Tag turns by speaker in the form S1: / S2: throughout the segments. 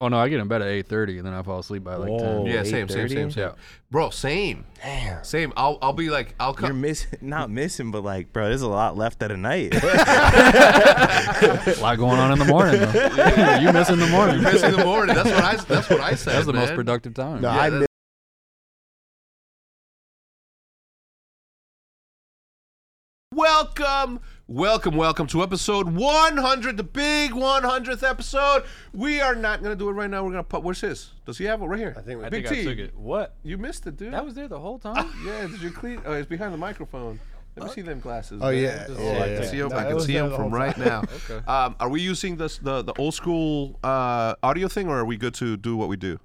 S1: Oh no, I get in bed at eight thirty and then I fall asleep by like
S2: Whoa.
S1: ten.
S2: Oh,
S3: yeah, same, same, same,
S2: 8:30?
S3: same. Bro, same,
S2: Damn.
S3: same. I'll, I'll be like, I'll
S2: You're
S3: come.
S2: missing, not missing, but like, bro, there's a lot left of the night.
S1: A lot going on in the morning though. you miss in the morning.
S3: You're missing the morning. That's what I. That's what I said.
S1: That's the most
S3: man.
S1: productive time.
S4: No,
S3: Yeah,
S4: I
S3: that-
S4: miss
S3: Welcome, welcome, welcome to episode 100, the big 100th episode. We are not gonna do it right now. We're gonna put. Where's his? Does he have it right here? I
S4: think- I
S3: Big T,
S1: What?
S3: you missed it, dude.
S1: That was there the whole time.
S3: yeah, did you clean? Oh, it's behind the microphone. Let me see them glasses.
S4: Oh,
S3: man.
S4: yeah.
S3: Oh,
S4: Yeah,
S3: I
S4: yeah.
S3: can see them.
S4: No,
S3: I
S4: that
S3: can
S4: was
S3: see
S4: there
S3: them
S4: the
S3: from
S4: whole
S3: right now. um, are we using this the the old school uh, audio thing, or are we good to do what we do?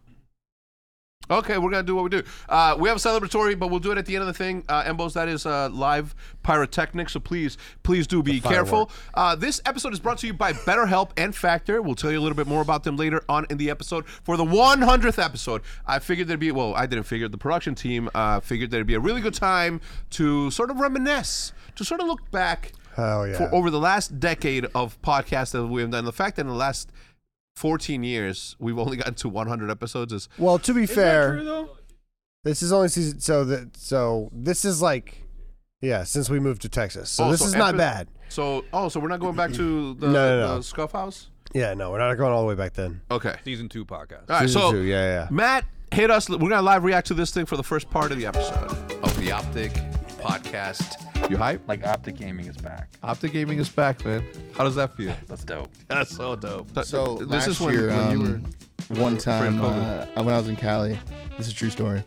S3: Okay, we're gonna do what we do. Uh, we have a celebratory, but we'll do it at the end of the thing. Uh, Embos, that is uh, live pyrotechnics, so please, please do be careful. Uh, this episode is brought to you by BetterHelp and Factor. We'll tell you a little bit more about them later on in the episode. For the 100th episode, I figured there'd be well, I didn't figure. The production team uh, figured there'd be a really good time to sort of reminisce, to sort of look back
S4: Hell Oh, yeah.
S3: for oh, over the last decade of podcasts that we have done. The fact that in the last 14 years we've only gotten to 100 episodes is
S4: Well, to be fair, this is only season. So that so this is like, yeah, since we moved to Texas, so
S3: Oh,
S4: this
S3: so
S4: is not
S3: epi-
S4: bad.
S3: So, oh, so we're not going back to the,
S4: No, no,
S3: the
S4: no.
S3: scuff house?
S4: Yeah, no, we're not going all the way back then.
S3: Okay.
S1: Season two podcast.
S3: All right,
S4: Season
S3: so
S4: two, yeah, yeah.
S3: Matt hit us. We're going to live react to this thing for the first part of the episode of the Optic podcast. You hype?
S1: Like Optic Gaming is back.
S3: Optic Gaming is back, man. How does that feel?
S1: That's dope.
S3: That's so dope.
S5: So
S3: this
S5: last
S3: is when,
S5: year,
S3: when
S5: um,
S3: you were.
S5: one time uh,
S3: COVID.
S5: when I was in Cali, this is a true story.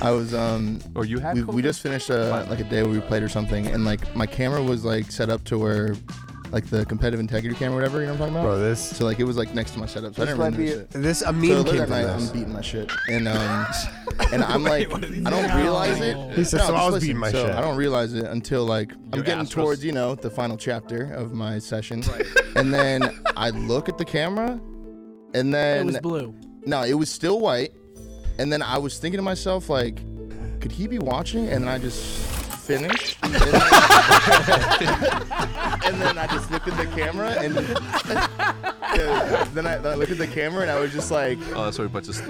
S5: I was um,
S3: Or Oh, you had
S5: we, we
S3: COVID?
S5: just finished a, like a day where we played or something, and like my camera was like set up to where, like the competitive integrity camera, or whatever you know what I'm talking about.
S4: Bro, this
S5: So like it was like next to my setup, so I
S4: this
S5: didn't
S4: might
S5: really
S4: be
S5: notice it.
S4: this a
S5: So
S4: meme
S5: later
S4: came
S5: that
S4: from
S5: night, I'm
S4: this.
S5: beating my shit, and um, and I'm like, I don't realize it.
S4: He said, "So I
S5: just
S4: was beating my
S5: so
S4: shit."
S5: I don't realize it until like I'm getting
S3: asterisk.
S5: towards you know the final chapter of my session, and then I look at the camera, and then
S6: It was blue.
S5: no, it was still white, and then I was thinking to myself like, could he be watching? And then I just finished. And then, and then I just looked at the camera and Yeah, then, I, then I looked at the camera and I was just like,
S3: Oh, that's where we put this.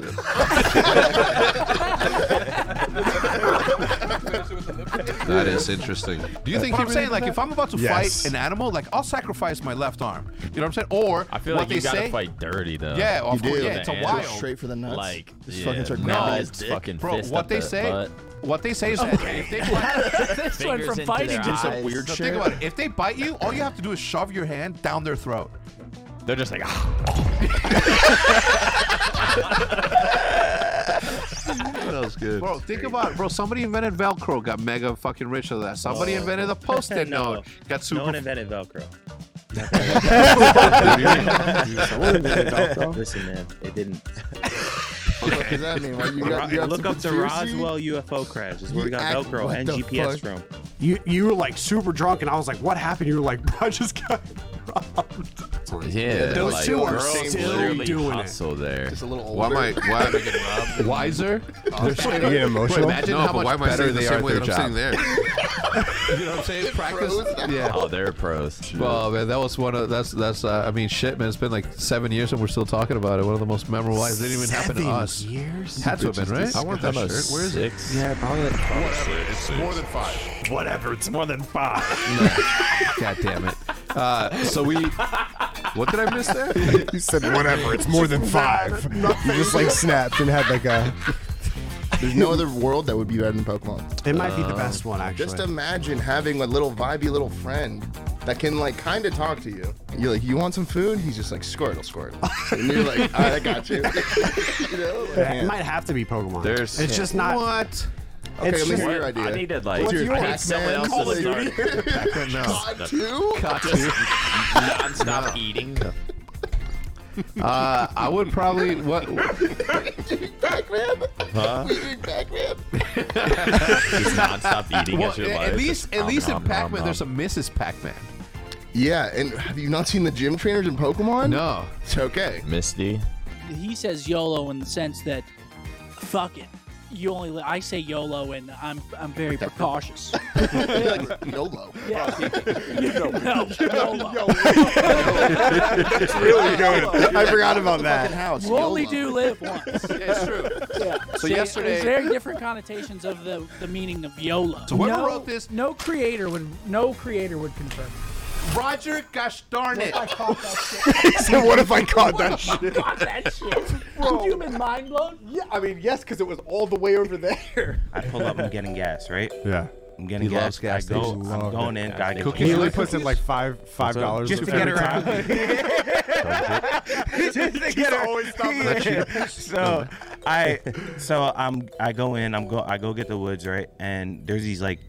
S3: that is interesting. Do you think what I'm saying? Like, if I'm about to
S4: Yes.
S3: fight an animal, like I'll sacrifice my left arm. You know what I'm saying? Or
S7: I feel
S3: what
S7: like
S3: they
S7: you gotta
S3: say,
S7: fight dirty though.
S3: Yeah, of
S5: You
S3: course.
S5: do.
S3: Yeah, it's a
S7: Man.
S3: wild.
S5: straight for the nuts.
S7: Like
S5: just
S7: yeah,
S5: fucking start
S7: grab
S5: grabbing
S7: his
S5: his dick.
S7: fucking
S3: Bro,
S7: fist
S3: what
S7: up
S3: they
S7: the
S3: say,
S7: butt.
S3: what they say is that if they bite,
S6: This went
S7: Fingers
S6: from
S7: into
S6: fighting
S7: their
S6: to
S7: eyes.
S5: Some weird
S3: no,
S5: shit.
S3: think about it. If they bite you, all you have to do is shove your hand down their throat.
S7: They're just like, ah.
S3: That was good. Bro, think about it. Bro, somebody invented Velcro, got mega fucking rich of that. Somebody invented the post-it
S8: No.
S3: note, got super.
S8: No one invented Velcro. Listen, man, it didn't.
S5: What does that mean? Like, you got, you got
S8: Look
S5: some
S8: up the
S5: conspiracy?
S8: Roswell UFO crash. Is where we
S5: You
S8: got
S5: act-
S8: Velcro
S5: what
S8: and
S5: the
S8: GPS
S5: fuck?
S8: from.
S9: you you were like super drunk, and I was like, "What happened?" You were like, "Bro, "I just got."
S7: yeah.
S9: Those
S7: like,
S9: two are
S7: girls
S9: still
S7: literally
S9: doing it.
S7: hustle there.
S5: Just a little
S3: Why
S5: older.
S3: am I? Why am I getting robbed? Wiser?
S4: You get emotional.
S3: Imagine how much better they are at their job. there. you know what I'm saying? Practice. Yeah.
S7: Oh, they're pros.
S3: Well, man, that was one of that's that's. Uh, I mean, shit, man. It's been like seven years and we're still talking about it. One of the most memorable. It didn't even happen to us.
S9: Years?
S3: Had to have been right. I want that shirt. Where is it?
S7: Six.
S9: Yeah, probably.
S3: It's more than five.
S9: Whatever. It's more than five.
S3: God damn it. Uh, so we. What did I miss there?
S4: You said whatever. It's more than five. You just like snapped and had like a.
S5: There's no other world that would be better than Pokemon.
S9: It might be the best one actually.
S5: Just imagine having a little vibey little friend that can like kind of talk to you. You're like, you want some food? He's just like, squirtle, squirtle. and you're like, all right, I got you. you know? Like,
S9: it might have to be Pokemon.
S7: There's-
S9: it's just not.
S5: What? Okay,
S9: It's
S5: let me
S9: just-
S5: hear your idea.
S7: I needed like
S5: What's
S7: I need
S5: yours,
S7: someone
S5: man?
S7: else
S5: Call
S7: to
S5: of
S7: start
S5: God, two?
S7: nonstop eating.
S3: Uh, I would probably what
S5: Pac-Man? We doing Pac-Man?
S7: Just nonstop eating
S3: well,
S7: as your life.
S3: at least at
S7: Nom,
S3: least in
S7: nom, nom,
S3: Pac-Man
S7: nom.
S3: there's a Mrs. Pac-Man.
S5: Yeah, and have you not seen the gym trainers in Pokemon?
S3: No,
S5: It's okay.
S7: Misty.
S6: He says YOLO in the sense that, fuck it. you only. Li- I say YOLO, and I'm I'm very precautious.
S5: like YOLO.
S6: no, no, YOLO.
S5: That's really good. I forgot about that.
S6: You only do live once.
S3: it's true.
S6: Yeah.
S3: So
S6: See,
S3: yesterday-
S6: there's very different connotations of the, the meaning of YOLO.
S3: So whoever
S10: no,
S3: wrote this,
S10: no creator would no creator would confirm.
S3: Roger, gosh darn it.
S10: I caught that shit.
S5: He said, "What if I caught that shit?"
S6: that shit. Would you have been mind blown?
S9: Yeah, I mean, yes, because it was all the way over there.
S2: I pull up. I'm getting gas. Right.
S11: Yeah.
S2: I'm getting
S3: He
S2: gas.
S3: loves gas
S2: I go,
S3: stations.
S2: I'm
S11: Love
S2: going in. Guy
S7: Cookies.
S11: He
S2: cookies.
S11: only puts in like five five
S2: So,
S11: dollars
S2: just to get
S11: every
S2: her
S11: time.
S2: out. Just to get her- so I so I'm I go in I'm go I go get the woods right and there's these like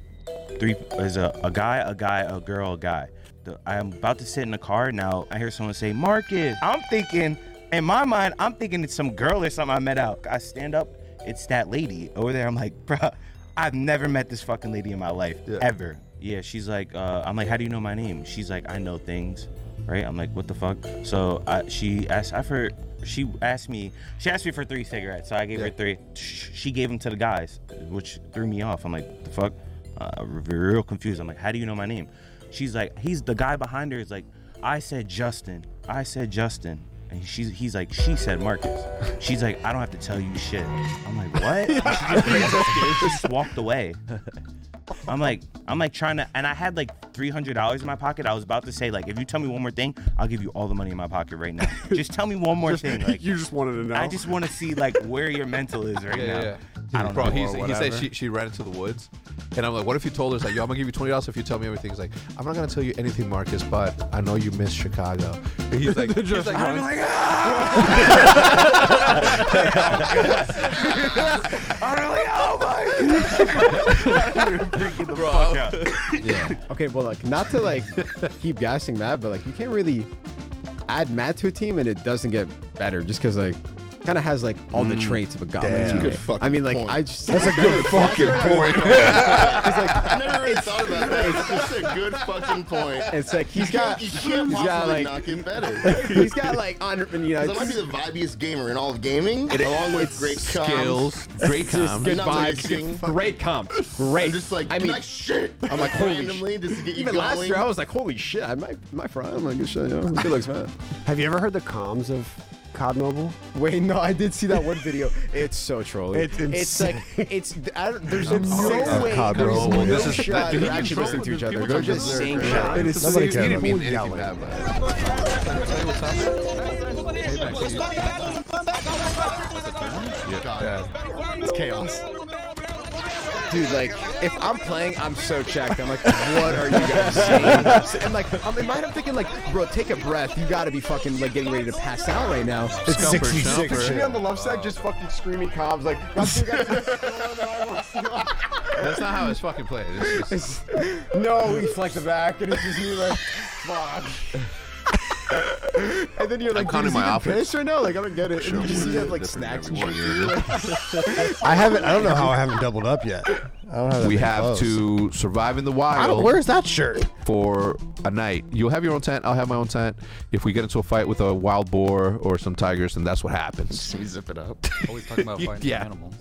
S2: three there's a, a guy a guy a girl a guy The- I'm about to sit in the car now I hear someone say Marcus I'm thinking in my mind I'm thinking it's some girl or something I met out I stand up it's that lady over there I'm like bruh I've never met this fucking lady in my life ever yeah she's like uh, I'm like how do you know my name she's like I know things right? I'm like, what the fuck? So I, she asked I for she asked me she asked me for three cigarettes, so I gave her three. Sh- She gave them to the guys, which threw me off. I'm like, the fuck? Uh, I was real confused. I'm like, how do you know my name? She's like, he's the guy behind her is like, I said Justin, I said Justin. And she's, he's like, she said Marcus. She's like, I don't have to tell you shit. I'm like, what? And she, just, she just walked away. I'm like, I'm like trying to, and I had like three hundred dollars in my pocket. I was about to say like, if you tell me one more thing, I'll give you all the money in my pocket right now. just tell me one more thing. Like,
S11: you just wanted to know.
S2: I just want to see like where your mental is right
S3: Yeah,
S2: now.
S3: yeah.
S2: I don't
S3: Bro,
S2: know.
S3: he's,
S11: or
S3: he said
S11: whatever.
S3: she, she ran into the woods, and I'm like, what if you told her, it's like, yo, I'm gonna give you twenty dollars if you tell me everything. He's like, I'm not gonna tell you anything, Marcus, but I know you miss Chicago. And he's like, he's like, I'm like,
S11: Okay, well, like, not to like keep gassing Matt, but like, you can't really add Matt to a team and it doesn't get better just because like, kind of has like all
S4: Mm.
S11: the traits of a goblin.
S5: That's a
S11: teammate.
S5: good fucking
S11: I mean, like,
S5: point.
S11: I just
S4: That's a good fucking point.
S5: I never really thought about that. That's a good fucking point.
S11: It's like he's
S5: You can't-
S11: got,
S5: you
S11: he's
S5: can't
S11: got
S5: possibly
S11: like,
S5: not get better.
S11: he's got like on, you know,
S5: Because I might be the vibiest gamer in all of gaming, along with great comms.
S3: skills, great comms.
S11: good
S5: Not like
S11: vibes,
S5: singing.
S11: great comp, great.
S5: I'm just like,
S11: I mean,
S5: nice shit.
S11: I'm like, holy
S5: randomly just to get you
S11: even
S5: going.
S11: last year I was like, holy shit, I might, my fry, I'm like, good shit, you know, good looks, man.
S9: Have you ever heard the comms of COD Mobile?
S11: Wait, no, I did see that one video. It's so trolly.
S9: It's
S11: like it's I don't, there's no
S9: sorry. Oh,
S11: way.
S9: God,
S11: there's
S9: bro.
S11: no
S3: This is-
S11: shot.
S3: dude,
S11: They're
S3: he
S11: actually listening
S3: controlled
S11: to
S3: it.
S11: each other.
S3: People
S11: Go
S3: are
S11: get
S3: just
S11: their-
S3: saying
S11: It is
S4: Nobody
S11: serious.
S4: cares
S3: You didn't
S4: about
S3: mean
S4: me
S3: anything bad,
S4: yelling.
S3: bro.
S11: It's chaos. Dude, like, if I'm playing, I'm so checked. I'm like, what are you guys saying? And like, I'm, in my head, I'm thinking like, bro, take a breath. You gotta be fucking like getting ready to pass out right now.
S4: It's 66.
S11: Should be on the left side, just fucking screaming comms like, "Got two guys."
S3: That's not how it's fucking played. It's just-
S11: no, we Oh, flex the back, and it's just me like, fuck. and then you're like,
S3: counting
S11: dude, is
S3: my
S11: he even
S3: outfits.
S11: pissed right now? Like, I don't get it. And you just see that like snacks and shit.
S4: I haven't. I don't know how I haven't doubled up yet. I don't have.
S3: we
S4: that
S3: have
S4: close.
S3: to survive in the
S4: I
S3: wild.
S4: don't, where's that shirt?
S3: for a night. You'll have your own tent. I'll have my own tent. If we get into a fight with a wild boar or some tigers, then that's what happens. Uh,
S5: Let me zip it up.
S1: Always talking about fighting
S3: Yeah.
S1: animals.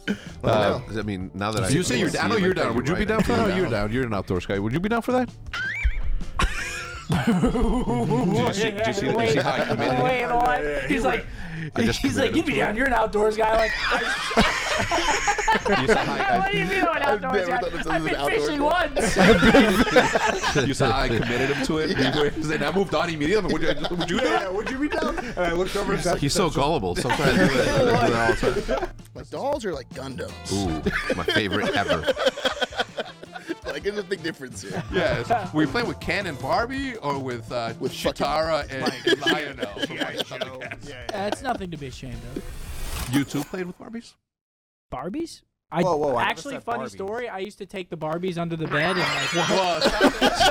S3: Uh, I mean, now that I you say you're, I know you're down. Would you be down for that? You're down. You're an outdoors guy. Would you be down for that?
S6: Wait, wait, on. He's like, he's like, you'd be down. You're an outdoors guy. Like, what do you mean I'm an
S5: I've never
S6: outdoors guy?
S5: thought of
S6: I've
S5: something
S6: been
S5: as an
S6: fishing
S5: outdoor
S6: once.
S3: you saw how I committed him to it. Then I moved on immediately. I'm like, Would you, would you do
S11: Yeah,
S3: that?
S11: would you be down? And I looked over and
S3: He's so gullible. Sometimes I do it. I do it all the time.
S5: Like dolls are like Gundams.
S3: Ooh, my favorite ever.
S5: Like there's a big difference here.
S3: Yes. Were you playing with Ken and Barbie or with, uh,
S5: With fucking-
S3: Chitara and Lionel?
S10: That's nothing to be ashamed of.
S3: You two played with Barbies?
S10: Barbies? I,
S11: Whoa, whoa, I never
S10: actually,
S11: said
S10: funny
S11: Barbies.
S10: story. I used to take the Barbies under the bed and like.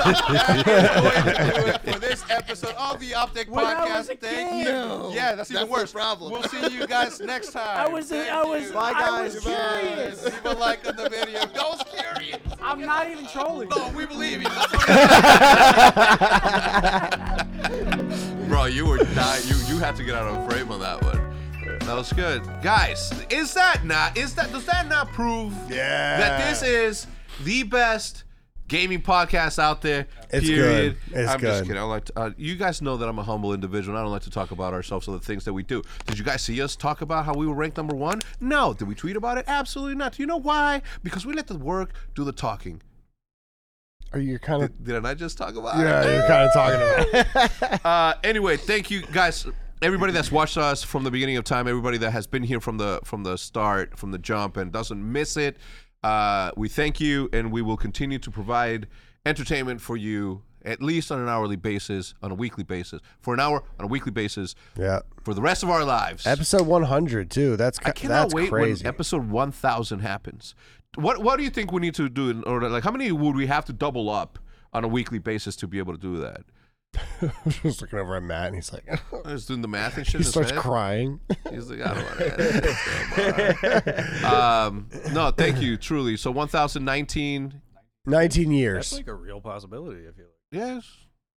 S3: for this episode of the Optic
S10: When I
S3: Podcast.
S10: was a
S3: Thank
S10: kid.
S3: you.
S5: No.
S3: yeah, that's,
S5: That's
S3: even
S5: the
S3: worse.
S5: problem.
S3: We'll see you guys next time.
S10: I was,
S3: Thank
S10: I was,
S3: you.
S10: I was
S5: Goodbye.
S10: curious.
S3: Leave a like on the video. Don't scary.
S10: I'm not even trolling.
S3: No, we believe you. Bro, you were dying. You you had to get out of frame on that one. That was good, guys. Is that not? Is that does that not prove
S5: Yeah.
S3: that this is the best gaming podcast out there?
S4: It's
S3: period.
S4: good. It's
S3: I'm just
S4: good.
S3: kidding. I don't like to, uh, you guys know that I'm a humble individual. and I don't like to talk about ourselves or the things that we do. Did you guys see us talk about how we were ranked number one? No. Did we tweet about it? Absolutely not. You know why? Because we let the work do the talking.
S4: Are you kind of?
S3: Didn't I just talk about it?
S4: Yeah, you're kind of talking about.
S3: uh, anyway, thank you guys. Everybody that's watched us from the beginning of time, everybody that has been here from the from the start, from the jump, and doesn't miss it, uh, we thank you, and we will continue to provide entertainment for you at least on an hourly basis, on a weekly basis, for an hour on a weekly basis,
S4: Yeah.
S3: for the rest of our lives.
S4: Episode 100 too. That's ca-
S3: I cannot
S4: that's
S3: wait
S4: crazy.
S3: when episode 1,000 happens. What what do you think we need to do, in order, like how many would we have to double up on a weekly basis to be able to do that?
S4: Just looking over at Matt, and he's like,
S3: I was doing the math and shit.
S4: He
S3: in his
S4: starts
S3: head.
S4: crying.
S3: He's like, I don't want to. um, no, thank you, truly. So 1019.
S4: 19
S1: That's
S4: years.
S1: like a real possibility. I feel like.
S3: Yes.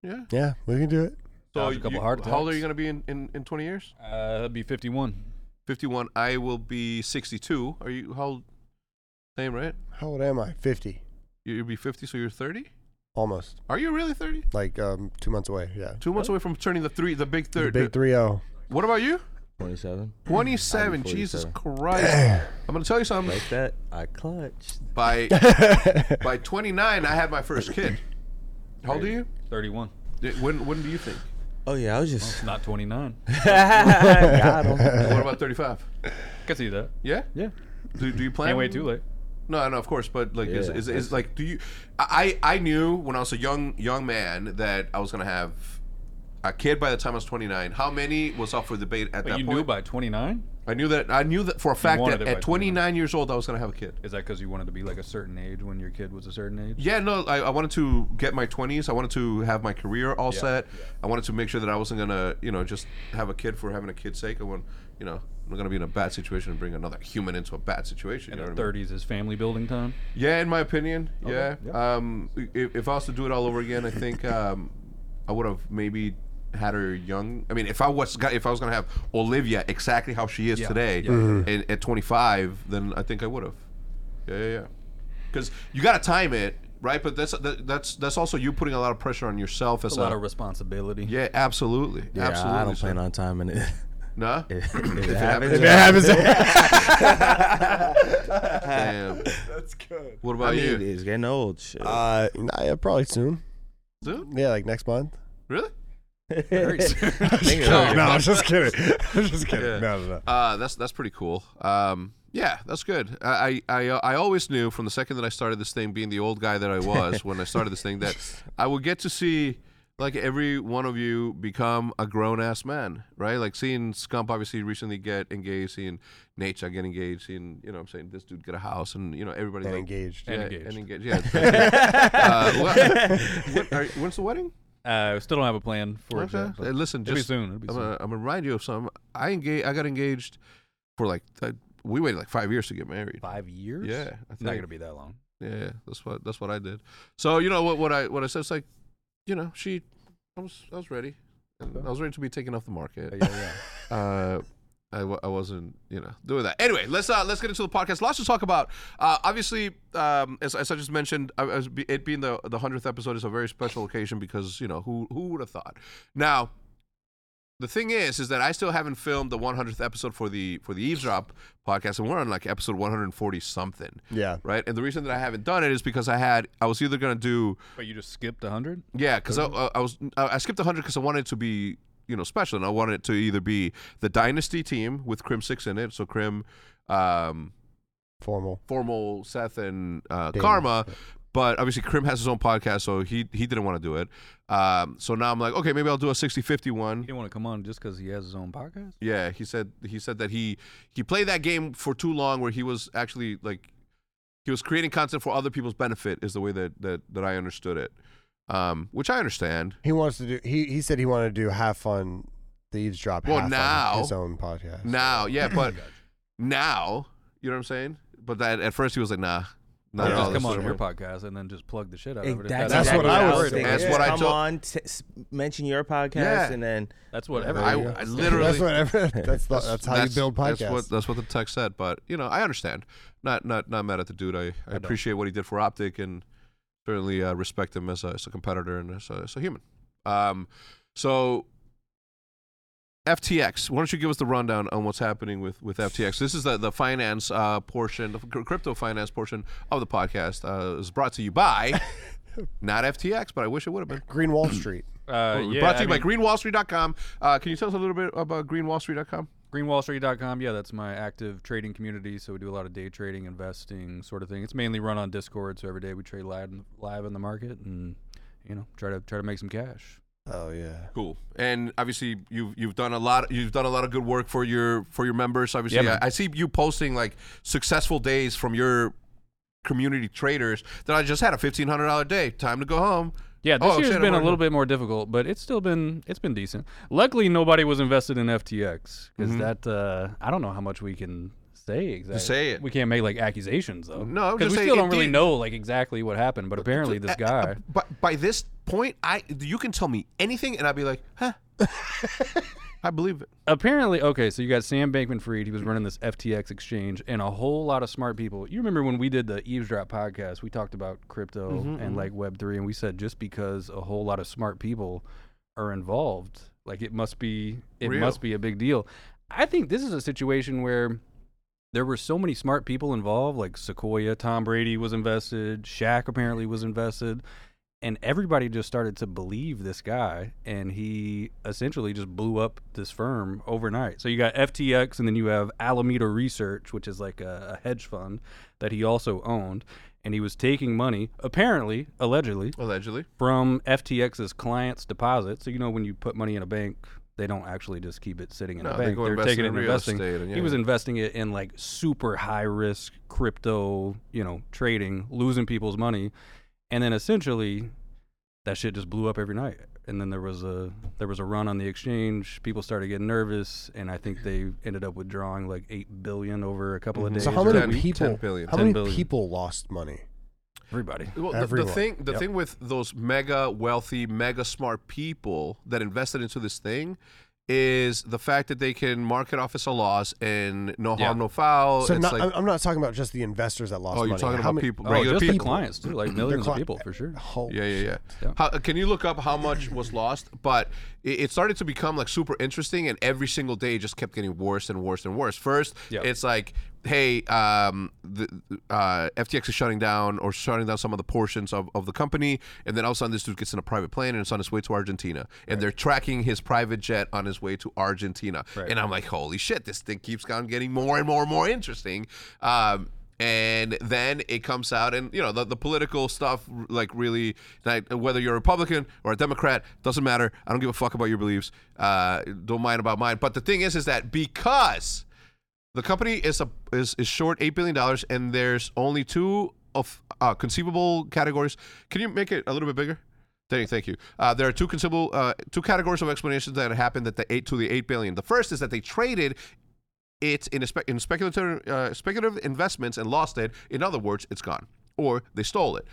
S3: Yeah.
S4: yeah, we can do it.
S3: So
S1: Dodge a couple
S3: you-
S1: heart
S3: how old are
S1: attacks.
S3: you going to be in, in, in 20 years?
S1: Uh, that'd be 51.
S3: 51. I will be 62. Are you how old? Same, right?
S4: How old am I? 50,
S3: You- You'll be 50, so you're 30.
S4: almost.
S3: Are you really 30?
S4: Like um, two months away. Yeah.
S3: Two months away from turning the three, the big
S4: The
S3: third.
S4: big three oh. zero.
S3: What about you?
S8: 27.
S3: 27.
S8: I'm
S3: Jesus
S8: 47.
S3: Christ. I'm gonna tell you something.
S8: Like that, I clutched.
S3: By by 29, I had my first kid. How old are you?
S1: 31.
S3: When when do you think?
S8: Oh yeah, I was just.
S1: It's not 29.
S8: Got him.
S3: What about 35?
S1: Can see that.
S3: Yeah.
S1: Yeah.
S3: Do, do you plan?
S1: Can't wait too late.
S3: No, no, of course, but like, is,
S8: Yeah,
S3: is, is like, do you? I I knew when I was a young young man that I was gonna have a kid by the time I was 29. How many was up for debate at
S1: But
S3: that
S1: you
S3: point?
S1: knew by 29?
S3: I knew that I knew that for a fact
S1: wanted
S3: that
S1: it by
S3: at 29 years old I was gonna have a kid.
S1: Is that because you wanted to be like a certain age when your kid was a certain age?
S3: Yeah, no, I, I wanted to get my 20s. I wanted to have my career all set. I wanted to make sure that I wasn't gonna, you know, just have a kid for having a kid's sake. I want, you know, I'm not gonna be in a bad situation and bring another human into a bad situation.
S1: In
S3: you
S1: the
S3: know what I mean?
S1: 30s is family building time.
S3: Yeah, in my opinion, yeah.
S1: yep.
S3: Um, if, if I was to do it all over again, I think um, I would have maybe had her young. I mean, if I was go- if I was gonna have Olivia exactly how she is
S1: Yeah,
S3: today,
S1: yeah, yeah, yeah.
S3: And, at 25, then I think I would have. Yeah, yeah, yeah. Because you gotta time it right, but that's that, that's that's also you putting a lot of pressure on yourself as
S1: It's a lot of responsibility.
S3: yeah, absolutely,
S8: Yeah,
S3: absolutely.
S8: I don't
S3: so-
S8: plan on timing it.
S3: Nah.
S8: if, if
S3: If
S8: it
S3: it
S8: happens,
S3: happens,
S8: it happens.
S3: Damn. That's good. What about
S8: I mean,
S3: you?
S8: it's getting old. Shit.
S4: Uh, nah, yeah, probably soon.
S3: Soon?
S4: Yeah, like next month.
S3: Really?
S4: no, I'm just kidding. I'm just kidding.
S3: Yeah.
S4: No, no, no.
S3: Uh, that's that's pretty cool. Um, yeah, that's good. I, I I I always knew from the second that I started this thing, being the old guy that I was when I started this thing, that I would get to see like every one of you become a grown ass man, right? Like seeing Scump obviously recently get engaged, seeing Nature get engaged, seeing you know what I'm saying this dude get a house, and you know everybody
S4: And
S3: like,
S4: engaged.
S3: yeah,
S1: And
S3: engaged,
S1: engaged.
S3: and engaged, yeah. uh, what, what are, when's the wedding?
S1: Uh, still don't have a plan for it.
S3: Okay.
S1: yet, but
S3: Hey, listen,
S1: it'll
S3: just
S1: be soon. It'll be
S3: I'm
S1: soon.
S3: gonna, I'm gonna remind you of something. I engage. I got engaged for like th- we waited like five years to get married.
S1: Five years?
S3: Yeah, I
S1: It's not
S3: think.
S1: gonna be that long.
S3: Yeah, that's what that's what I did. So you know what what I what I said it's like, you know, she, I was I was ready, and I was ready to be taken off the market.
S1: Yeah, yeah.
S3: Uh, I, w- I wasn't, you know, doing that. Anyway, let's uh, let's get into the podcast. Lots to talk about. Uh, obviously, um, as, as I just mentioned, I, as be, it being the the hundredth episode is a very special occasion because you know who who would have thought. Now, the thing is, is that I still haven't filmed the one hundredth episode for the for the eavesdrop podcast, and we're on like episode one hundred and forty something,
S4: Yeah.
S3: right? And the reason that I haven't done it is because I had I was either gonna do
S1: But you just skipped 100?
S3: yeah, because I, I I was I I skipped 100 because I wanted it to be you know special, and I wanted it to either be the dynasty team with Crim Six in it, so Crim, um,
S4: Formal.
S3: formal Seth and uh, Karma, but obviously Crim has his own podcast, so he he didn't want to do it. Um, so now I'm like, okay, maybe I'll do a 60-50
S1: He
S3: one.
S1: didn't want to come on just because he has his own podcast?
S3: Yeah, he said he said that he he played that game for too long, where he was actually like he was creating content for other people's benefit, is the way that that that I understood it, um, which I understand.
S4: He wants to do. He he said he wanted to do half fun, the eavesdrop.
S3: Well,
S4: half on
S3: now-
S4: his own podcast.
S3: Now, yeah, but now, you know what I'm saying? But that at first he was like, nah,
S1: No,
S3: no,
S1: just
S3: this
S1: come on
S3: doesn't
S1: your
S3: work.
S1: podcast and then just plug the shit out
S8: Hey,
S1: of it. if
S8: That's,
S1: that's
S8: exactly
S1: what I
S8: was
S1: was
S8: thinking.
S1: That's
S8: Yeah.
S1: what I
S8: Come
S1: told-
S8: on, t- s- mention your podcast,
S1: Yeah.
S8: and then
S1: That's
S3: what
S1: Yeah,
S3: every-
S1: there
S3: I,
S1: you go.
S3: I literally
S4: That's what every- that's the- that's how you build
S3: That's
S4: podcasts.
S3: what that's what the text said, but you know I understand. Not not not mad at the dude. I, I, appreciate what he did for Optic and certainly uh, respect him as a, as a competitor and as a, as a human. Um, so FTX, why don't you give us the rundown on what's happening with with FTX? This is the the finance uh, portion, the cr- crypto finance portion of the podcast uh, is brought to you by. Not FTX, but I wish it would have been
S4: Green Wall Street.
S3: Uh,
S1: yeah,
S3: brought to
S1: I
S3: you by greenwallstreet.com. Uh, can you tell us a little bit about greenwallstreet.com?
S1: Greenwallstreet.com, yeah, that's my active trading community. So we do a lot of day trading, investing, sort of thing. It's mainly run on Discord, so every day we trade live in, live in the market and you know try to try to make some cash.
S4: Oh yeah,
S3: Cool. And obviously, you've you've done a lot. You've done a lot of good work for your for your members. Obviously,
S1: Yeah, man.
S3: I, I see you posting like successful days from your community traders. That I just had a fifteen hundred dollar day. Time to go home.
S1: Yeah, this
S3: Oh,
S1: year's
S3: shit,
S1: been a
S3: I'm
S1: little bit more difficult, but it's still been it's been decent. Luckily, nobody was invested in FTX because
S3: Mhm.
S1: that uh, I don't know how much we can say exactly.
S3: say it.
S1: We can't make like accusations though.
S3: No, I'm
S1: because
S3: just
S1: we
S3: saying
S1: still
S3: it
S1: don't really
S3: did-
S1: know like exactly what happened. But apparently, this guy.
S3: But by this point, I you can tell me anything, and I'd be like, huh. I believe it.
S1: Apparently, okay, so you got Sam Bankman Fried. He was running this FTX exchange, and a whole lot of smart people. You remember when we did the eavesdrop podcast, we talked about crypto
S9: Mhm,
S1: and
S9: mhm.
S1: like Web3, and we said just because a whole lot of smart people are involved, like it must be it
S9: Real.
S1: must be a big deal. I think this is a situation where there were so many smart people involved, like Sequoia, Tom Brady was invested, Shaq apparently was invested, and everybody just started to believe this guy, and he essentially just blew up this firm overnight. So you got FTX, and then you have Alameda Research, which is like a, a hedge fund that he also owned, and he was taking money, apparently, allegedly,
S3: allegedly,
S1: from FTX's clients' deposits. So you know when you put money in a bank. They don't actually just keep it sitting in
S3: No,
S1: a
S3: they
S1: bank.
S3: go
S1: They are
S3: invest
S1: taking
S3: in
S1: it and
S3: real
S1: investing.
S3: estate and-
S1: He
S3: yeah,
S1: was
S3: yeah.
S1: investing it in like super high risk crypto, you know, trading, losing people's money, and then essentially that shit just blew up every night. And then there was a there was a run on the exchange. People started getting nervous, and I think they ended up withdrawing like eight billion over a couple
S3: Mm-hmm.
S1: of days.
S4: So how
S1: or
S4: many
S1: a week.
S4: people? How
S1: 10
S4: many
S1: billion.
S4: people lost money?
S1: Everybody.
S3: Well, the, the
S4: Everyone.
S3: thing, the
S4: Yep.
S3: thing with those mega wealthy, mega smart people that invested into this thing is the fact that they can market off as a loss and no harm, no foul.
S4: So
S3: it's
S4: not,
S3: like,
S4: I'm- I'm not talking about just the investors that lost
S3: Oh,
S4: money.
S3: you're talking
S4: How
S3: about
S4: many-
S3: people- Oh, regular just the people.
S1: clients, too, like
S4: Their
S1: millions of
S4: cli-
S1: people, for sure.
S4: Oh,
S3: yeah, yeah, yeah.
S1: Yeah.
S3: How, uh, can you look up how much was lost? But it, it started to become like super interesting, and every single day it just kept getting worse and worse and worse. First, it's like, hey, um, the uh, FTX is shutting down or shutting down some of the portions of, of the company, and then all of a sudden this dude gets in a private plane and it's on his way to Argentina, and they're tracking his private jet on his way to Argentina, and I'm like, holy shit, this thing keeps on getting more and more and more interesting. Um, and then it comes out and you know the, the political stuff r- like really like whether you're a republican or a democrat doesn't matter i don't give a fuck about your beliefs uh, don't mind about mine but the thing is is that because the company is a is, is short eight billion dollars and there's only two of uh, conceivable categories can you make it a little bit bigger Thank, thank you. Uh, there are two conceivable, uh, two categories of explanations that happened at the eight to the eight billion. The first is that they traded it in, a spe- in speculative, uh, speculative investments and lost it. In other words, it's gone or they stole it.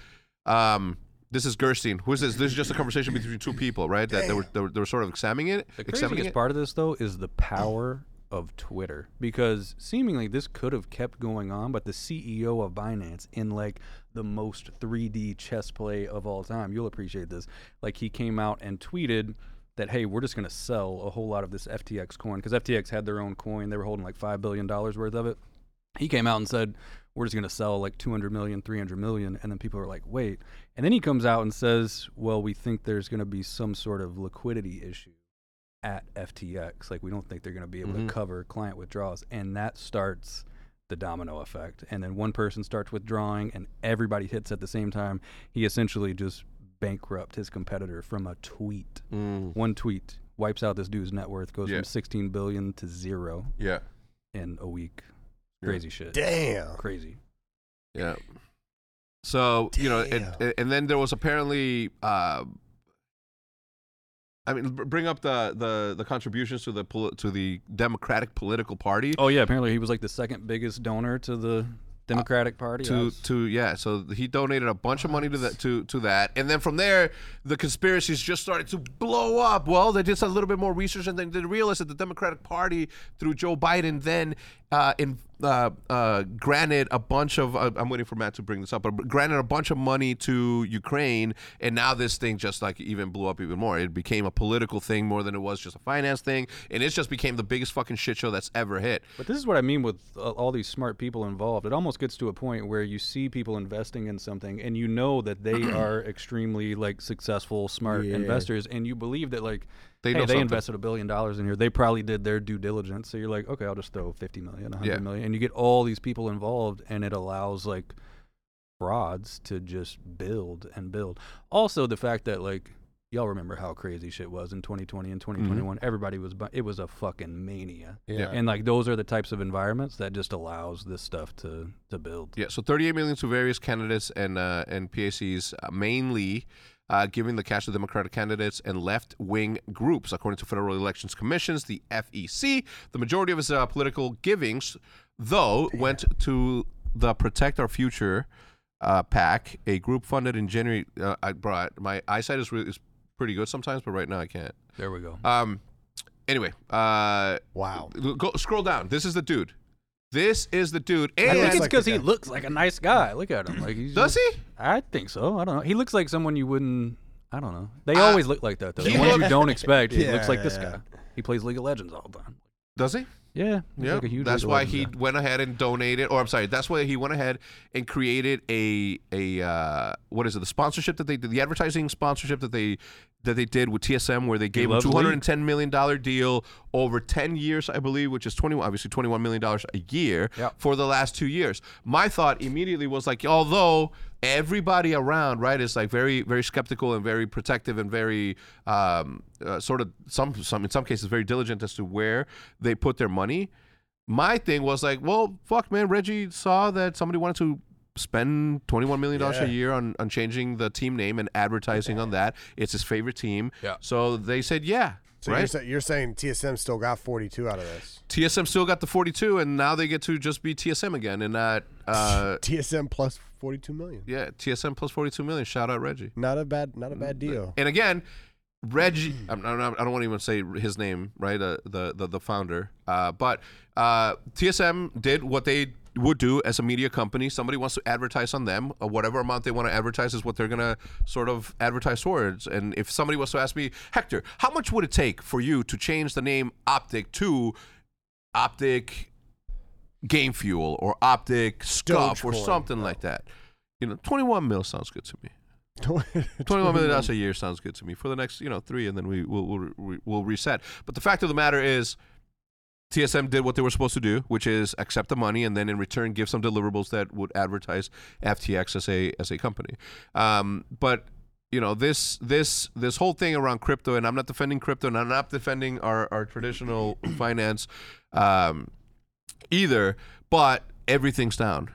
S3: Um, this is Gerstein. Who is this? This is just a conversation between two people, right? That they were, they were they were sort of examining it.
S1: The
S3: examining
S1: craziest
S3: it.
S1: part of this, though, is the power of Twitter because seemingly this could have kept going on, but the CEO of Binance, in like the most 3D chess play of all time, you'll appreciate this. Like he came out and tweeted that, "Hey, we're just going to sell a whole lot of this FTX coin because FTX had their own coin; they were holding like five billion dollars worth of it." He came out and said, "We're just going to sell like 200 million, 300 million," and then people are like, "Wait!" And then he comes out and says, "Well, we think there's going to be some sort of liquidity issue." at FTX. Like we don't think they're going to be able
S9: Mhm.
S1: to cover client withdrawals, and that starts the domino effect. And then one person starts withdrawing, and everybody hits at the same time. He essentially just bankrupt his competitor from a tweet. One tweet wipes out this dude's net worth, goes
S3: Yeah.
S1: from 16 billion to zero.
S3: Yeah.
S1: in a week.
S3: Yeah.
S1: Crazy shit.
S4: Damn.
S1: Crazy.
S3: Yeah. So you know, and, and- and then there was apparently. Uh, I mean, br- bring up the, the, the contributions to the poli- to the Democratic political party.
S1: Oh yeah, apparently he was like the second biggest donor to the Democratic Party.
S3: to to yeah so he donated a bunch of money to that to to that and then from there the conspiracies just started to blow up well they did a little bit more research and then they realized that the democratic party through joe biden then uh, in, uh, uh, granted a bunch of uh, i'm waiting for matt to bring this up but granted a bunch of money to ukraine and now this thing just like even blew up even more it became a political thing more than it was just a finance thing and it just became the biggest fucking shit show that's ever hit
S1: But this is what I mean with uh, all these smart people involved. It almost gets to a point where you see people investing in something and you know that they are extremely like successful, smart
S7: Yeah.
S1: investors and you believe that like
S7: They
S1: they,
S7: know
S1: hey, they
S7: something.
S1: invested a billion dollars in here. They probably did their due diligence. So you're like, okay, I'll just throw 50 million, 100
S7: Yeah.
S1: million, and you get all these people involved and it allows like frauds to just build and build. Also the fact that like Y'all remember how crazy shit was in 2020 and 2021. Everybody was, bu- it was a fucking mania.
S3: Yeah.
S1: And like those are the types of environments that just allows this stuff to to build.
S3: Yeah, so 38 million to various candidates and uh, and PACs, uh, mainly uh, giving the cash to Democratic candidates and left wing groups, according to Federal Elections Commissions, the FEC. The majority of his uh, political givings, though, went to the Protect Our Future uh, PAC, a group funded in January. Uh, I brought my eyesight is really is pretty good sometimes, but right now I can't.
S1: There we go.
S3: Um. Anyway. Uh, wow. Go, scroll down. This is the dude. This is the dude.
S1: I
S3: And
S1: think it's because he looks like a nice guy. Look at him. Like he's
S3: Does
S1: just- I think so. I don't know. He looks like someone you wouldn't. I don't know. They always look like that though. The
S3: he
S1: ones
S3: look-
S1: you don't expect. He
S3: Yeah,
S1: looks like this
S3: yeah.
S1: guy. He plays League of Legends all the time.
S3: Does he?
S1: Yeah. he's
S3: Yeah.
S1: like a huge
S3: that's
S1: League of
S3: why
S1: Legends
S3: he
S1: guy.
S3: went ahead and donated, or I'm sorry, that's why he went ahead and created a a uh, what is it? The sponsorship that they did, the advertising sponsorship that they that they did with TSM, where they gave him
S1: loves
S3: 210 million dollar deal over 10 years, I believe, which is 21, obviously 21 million dollars a year for the last two years. My thought immediately was like, although everybody around right is like very very skeptical and very protective and very um, uh, sort of some some in some cases very diligent as to where they put their money my thing was like, well, fuck, man. Reggie saw that somebody wanted to spend $21 million
S7: Yeah.
S3: a year on, on changing the team name and advertising on that. It's his favorite team.
S1: Yeah.
S3: So they said, yeah.
S4: So you're,
S3: right?
S4: sa- you're saying TSM still got 42 out of this?
S3: TSM still got the 42, and now they get to just be TSM again and not. Uh,
S4: TSM plus 42 million.
S3: yeah, TSM plus 42 million. Shout out Reggie.
S4: Not a bad, not a bad
S3: Mm,
S4: deal.
S3: And again, Reggie, I'm, I'm, I'm- I don't want to even say his name, right? Uh, the, the the founder. Uh, but uh, TSM did what they would do as a media company. Somebody wants to advertise on them, or whatever amount they want to advertise is what they're gonna sort of advertise towards. And if somebody was to ask me, Hector, how much would it take for you to change the name Optic to Optic Game Fuel or Optic Scuff or
S4: Dogecoin.
S3: something like that? You know, 21 mil sounds good to me. 21 million dollars a year sounds good to me for the next, you know, three, and then we will we'll, we- we'll reset. But the fact of the matter is, TSM did what they were supposed to do, which is accept the money and then in return give some deliverables that would advertise FTX as a as a company. Um, but you know this this this whole thing around crypto, and I'm not defending crypto, and I'm not defending our our traditional finance um, either. But everything's down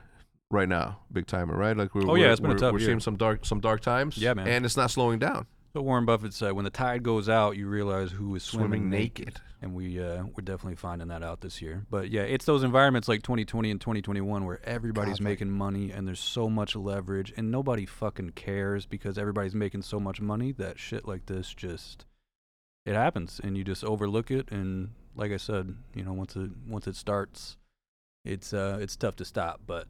S3: right now, big timer, right? Like we're
S1: Oh, yeah,
S3: we're,
S1: it's been a
S3: we're-
S1: tough
S3: we're
S1: year.
S3: seeing some dark some dark times.
S1: Yeah, man.
S3: And it's not slowing down.
S1: So Warren Buffett said, "When the tide goes out, you realize who is swimming,
S3: Swimming
S1: naked." And we uh, we're definitely finding that out this year. But yeah, it's those environments like 2020 and 2021 where everybody's
S7: God, like-
S1: making money and there's so much leverage and nobody fucking cares because everybody's making so much money that shit like this just it happens and you just overlook it. And like I said, you know, once it once it starts, it's uh it's tough to stop, but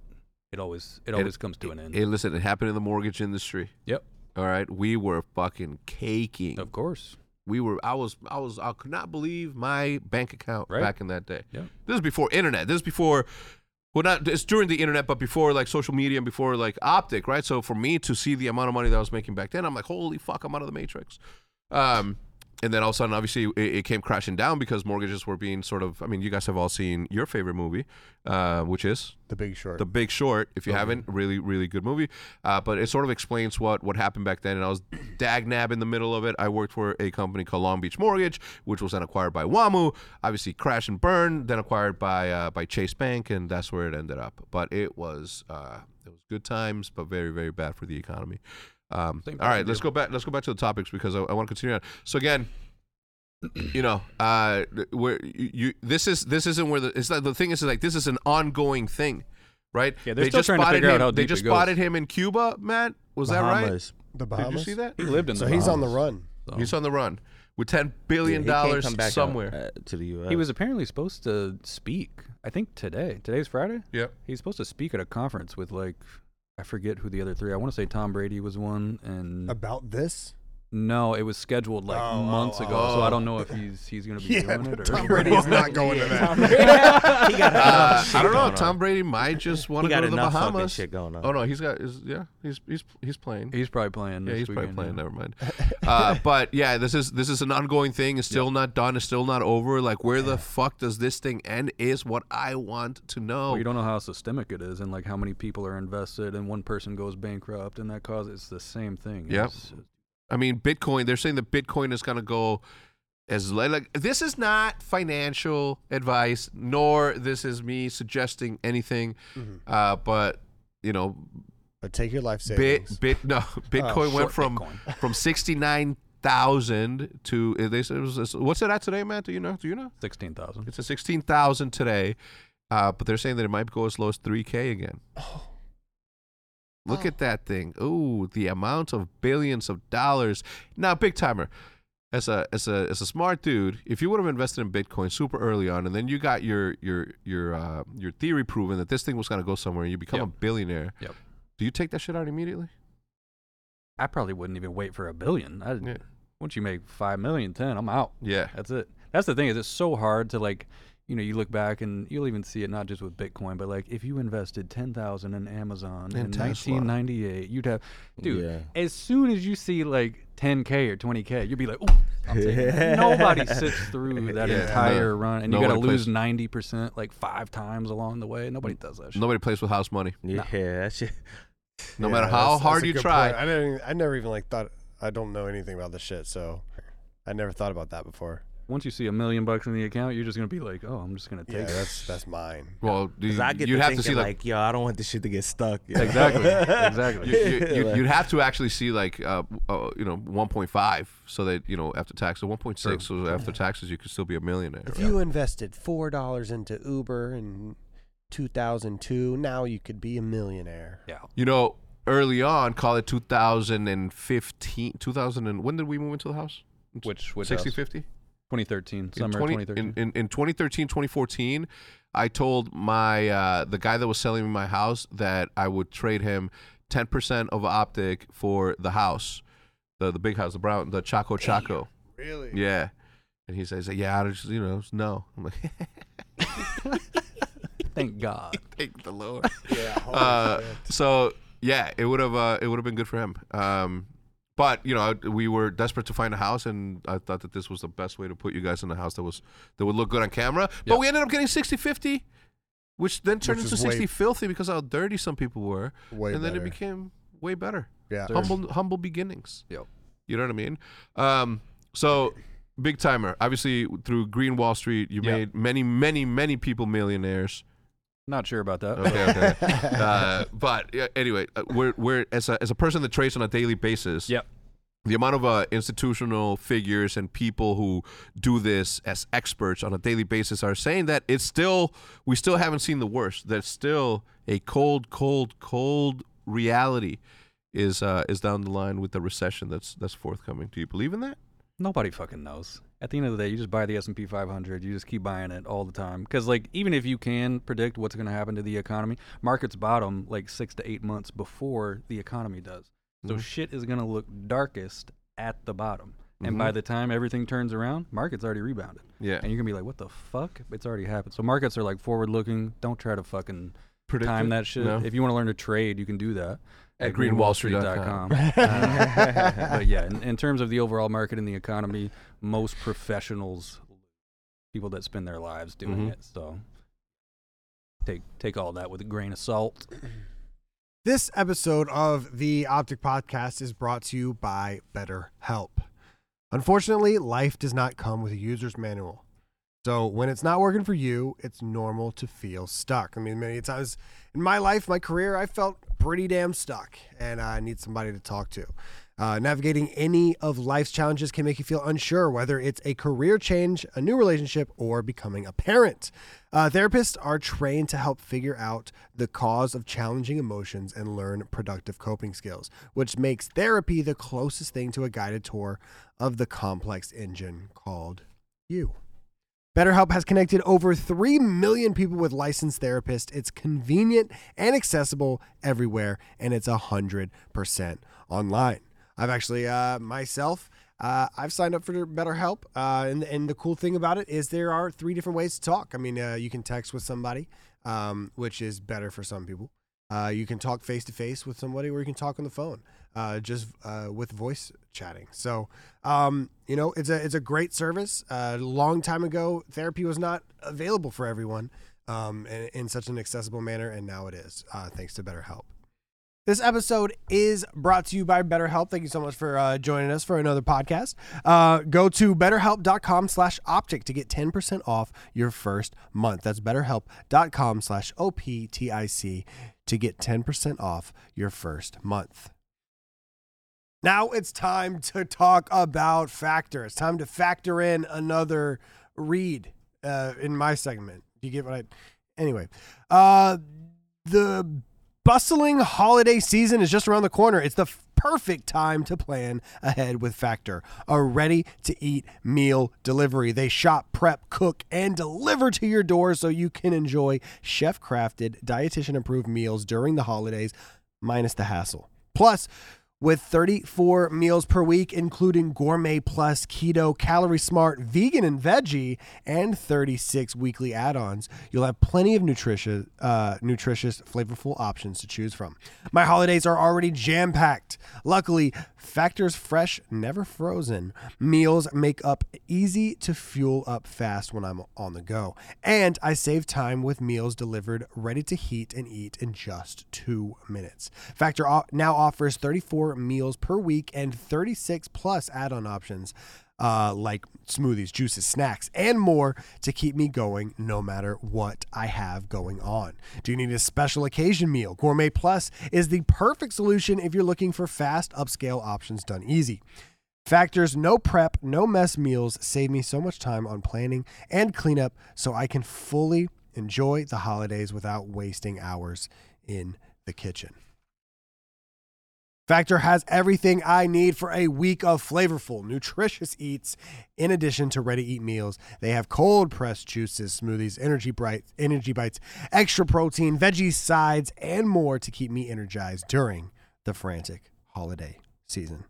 S1: it always it always comes to an end.
S3: Hey, listen, it happened in the mortgage industry.
S1: Yep.
S3: All right, we were fucking caking.
S1: Of course.
S3: We were. I was. I was. I could not believe my bank account
S1: Right.
S3: back in that day.
S1: Yep.
S3: This is before internet. This is before. Well, not it's during the internet, but before like social media and before like optic, right? So for me to see the amount of money that I was making back then, I'm like, holy fuck, I'm out of the matrix. Um, and then all of a sudden, obviously, it, it came crashing down because mortgages were being sort of. I mean, you guys have all seen your favorite movie, uh, which is
S4: The Big Short.
S3: The Big Short. If you haven't, really, really good movie. Uh, but it sort of explains what what happened back then. And I was dag nab in the middle of it. I worked for a company called Long Beach Mortgage, which was then acquired by WAMU. Obviously, crash and burn. Then acquired by uh, by Chase Bank, and that's where it ended up. But it was uh, it was good times, but very, very bad for the economy. Um, all right, let's go back. Let's go back to the topics because I, I want to continue on. So again you know, uh, where you, you this is this isn't where the it's not, the thing is like this is an ongoing thing, right?
S1: Yeah, they're
S3: they
S1: still
S3: just
S1: trying to
S3: spotted
S1: figure out
S3: him-
S1: how
S3: They
S1: deep
S3: just
S1: it goes.
S3: spotted him in Cuba, Matt. Was
S1: Bahamas.
S3: that
S4: The
S3: right? Did you
S4: Bahamas?
S3: see that?
S4: He lived in the So he's on the Bahamas. run.
S3: He's on the run with ten billion
S1: Dude, he can't
S3: dollars
S1: come back out,
S3: somewhere
S1: uh, He was apparently supposed to speak. I think today. Today's Friday.
S3: Yep.
S1: He's supposed to speak at a conference with like I forget who the other three. I want to say Tom Brady was one and
S4: about this.
S1: No, it was scheduled like
S4: Oh,
S1: months
S4: oh,
S1: ago,
S4: oh.
S1: so I don't know if he's he's gonna be
S4: Yeah,
S1: doing it or
S4: Tom Brady is not going to Yeah, that. Tom Brady-
S3: He got
S1: Uh,
S3: Uh, I don't know. Tom Brady might just want
S1: He
S3: to
S1: got
S3: go to the
S1: enough fucking
S3: Bahamas.
S1: shit going on.
S3: Oh no, he's got. Is, yeah, he's he's he's playing.
S1: He's probably playing.
S3: Yeah,
S1: next
S3: he's probably
S1: weekend,
S3: playing.
S1: yeah.
S3: Never mind. Uh, but yeah, this is this is an ongoing thing. It's still not done. It's still not over. Like, where the fuck does this thing end? Is what I want to know.
S1: Well, you don't know how systemic it is, and like how many people are invested, and one person goes bankrupt, and that causes it's the same thing.
S3: Yep.
S1: It's-
S3: I mean, Bitcoin. They're saying that Bitcoin is gonna go as li- like this is not financial advice, nor this is me suggesting anything.
S1: Mm-hmm.
S4: Mhm.
S3: Uh, but you know,
S4: But take your life savings.
S3: bit bit no
S1: Oh,
S3: Bitcoin
S4: short
S3: went from from sixty nine thousand to uh, they said it was what's it at today, Matt? Do you know? Do you know?
S1: Sixteen thousand.
S3: It's a sixteen thousand today, uh, but they're saying that it might go as low as three k again. Look at that thing. Ooh, the amount of billions of dollars. Now, big timer, as a as a as a smart dude, if you would have invested in Bitcoin super early on, and then you got your your your uh, your theory proven that this thing was gonna go somewhere, and you become a billionaire.
S1: Yep.
S3: Do you take that shit out immediately?
S1: I probably wouldn't even wait for a billion. I, Once you make five million, ten, I'm out.
S3: Yeah,
S1: that's it. That's the thing is, it's so hard to like, you know, you look back and you'll even see it not just with Bitcoin, but like if you invested ten thousand in Amazon
S3: And
S1: in
S3: Tesla.
S1: 1998, you'd have, dude.
S3: Yeah.
S1: As soon as you see like 10k or 20k, you'd be like, Ooh, I'm taking it." nobody sits through that
S3: Yeah,
S1: entire
S3: no-
S1: run, and you
S3: nobody
S1: got to
S3: plays-
S1: lose 90 percent like five times along the way. Nobody does that. Shit.
S3: Nobody plays with house money.
S2: Yeah, that shit.
S3: No
S4: Yeah,
S3: matter
S4: that's-
S3: how
S4: that's
S3: hard
S4: a
S3: you
S4: good
S3: try,
S4: point. I never, I never even like thought. I don't know anything about this shit, so I never thought about that before.
S1: Once you see a million bucks in the account, you're just gonna be like, oh, I'm just gonna take
S4: Yeah,
S1: it.
S4: that's that's mine.
S3: Well, do
S2: 'Cause
S3: you-
S2: I get
S3: you'd
S2: to
S3: have to
S2: thinking,
S3: see like,
S2: like, yo, I don't want this shit to get stuck. yo.
S1: Exactly, exactly.
S3: You, you, would have to actually see like uh, uh, you know 1.5, so that you know after tax, so 1.6, so after taxes you could still be a millionaire.
S4: If
S3: right?
S4: you invested four dollars into Uber in 2002, now you could be a millionaire.
S1: Yeah.
S3: You know, early on, call it 2015, 2000 and when did we move into the house?
S1: Which which
S3: 60,
S1: house?
S3: 50?
S1: 2013
S3: In
S1: summer
S3: 20
S1: 2013.
S3: In, in, in 2013, 2014, I told my uh, the guy that was selling me my house that I would trade him 10% of Optic for the house, the the big house, the brown, the Chaco Chaco.
S5: really?
S3: Yeah. And he says, "Yeah, I just, you know, no." I'm like,
S1: Thank God.
S3: Thank the Lord.
S5: Yeah, holy
S3: Uh, so yeah, it would have uh, it would have been good for him. Um, but you know, I- we were desperate to find a house, and I thought that this was the best way to put you guys in a house that was that would look good on camera. But we ended up getting 60-50, which then turned
S4: Which is
S3: into
S4: way-
S3: sixty filthy because how dirty some people were,
S4: Way
S3: and then
S4: better.
S3: it became way better.
S4: Yeah.
S3: humble humble beginnings.
S1: Yep.
S3: You know what I mean? Um, so big timer. Obviously, through Green Wall Street, you
S1: Yeah.
S3: made many, many, many people millionaires.
S1: Not sure about that.
S3: Okay, okay. uh, but yeah, anyway, uh, we're, we're as a as a person that trades on a daily basis.
S1: Yep.
S3: The amount of uh, institutional figures and people who do this as experts on a daily basis are saying that it's still we still haven't seen the worst. That still a cold, cold, cold reality is uh, is down the line with the recession that's that's forthcoming. Do you believe in that?
S1: Nobody fucking knows. At the end of the day, you just buy the S&P 500. You just keep buying it all the time. Because like, even if you can predict what's going to happen to the economy, markets bottom like six to eight months before the economy does. So
S3: Mhm.
S1: shit is going to look darkest at the bottom. And by
S3: Mhm.
S1: the time everything turns around, markets already rebounded.
S3: Yeah.
S1: And you're gonna be like, what the fuck? It's already happened. So markets are like forward looking. Don't try to fucking
S3: Predict
S1: time
S3: it?
S1: that shit.
S3: No.
S1: If you want to learn to trade, you can do that
S3: At greenwallstreet.com.
S1: Uh, but yeah, in, in terms of the overall market and the economy, most professionals, people that spend their lives doing
S3: Mhm.
S1: it, so take take all that with a grain of salt.
S12: This episode of the Optic Podcast is brought to you by BetterHelp. Unfortunately, life does not come with a user's manual. So when it's not working for you, it's normal to feel stuck. I mean, many times in my life, my career, I felt pretty damn stuck and I need somebody to talk to.
S4: Uh, navigating any of life's challenges can make you feel unsure, whether it's a career change, a new relationship, or becoming a parent. Uh, therapists are trained to help figure out the cause of challenging emotions and learn productive coping skills, which makes therapy the closest thing to a guided tour of the complex engine called you. BetterHelp has connected over 3 million people with licensed therapists. It's convenient and accessible everywhere, and it's 100% online. I've actually, uh, myself, uh, I've signed up for BetterHelp, uh, and, and the cool thing about it is there are three different ways to talk. I mean, uh, you can text with somebody, um, which is better for some people. Uh, you can talk face to face with somebody, or you can talk on the phone, uh, just uh, with voice chatting. So, um, you know, it's a it's a great service. A long time ago, therapy was not available for everyone um, in, in such an accessible manner, and now it is, uh, thanks to BetterHelp. This episode is brought to you by BetterHelp. Thank you so much for uh, joining us for another podcast. Uh, go to betterhelp.com slash optic to get 10% off your first month. That's betterhelp.com slash O-P-T-I-C to get 10% off your first month. Now it's time to talk about Factor. It's time to factor in another read uh, in my segment. Do you get what I? Anyway, uh, the bustling holiday season is just around the corner. It's the f- perfect time to plan ahead with Factor, a ready to eat meal delivery. They shop, prep, cook, and deliver to your door so you can enjoy chef crafted, dietitian approved meals during the holidays, minus the hassle. Plus, with 34 meals per week, including Gourmet Plus, Keto, Calorie Smart, Vegan and Veggie, and 36 weekly add ons, you'll have plenty of nutritious, uh, nutritious, flavorful options to choose from. My holidays are already jam packed. Luckily, Factor's fresh, never frozen meals make up easy to fuel up fast when I'm on the go. And I save time with meals delivered ready to heat and eat in just two minutes. Factor o- now offers 34 meals per week and 36 plus add on options uh, like smoothies, juices, snacks, and more to keep me going no matter what I have going on. Do you need a special occasion meal? Gourmet Plus is the perfect solution if you're looking for fast, upscale options done easy. Factors no prep, no mess meals save me so much time on planning and cleanup so I can fully enjoy the holidays without wasting hours in the kitchen. Factor has everything I need for a week of flavorful, nutritious eats. In addition to ready-to-eat meals, they have cold-pressed juices, smoothies, energy bites, energy bites, extra protein, veggie sides, and more to keep me energized during the frantic holiday season.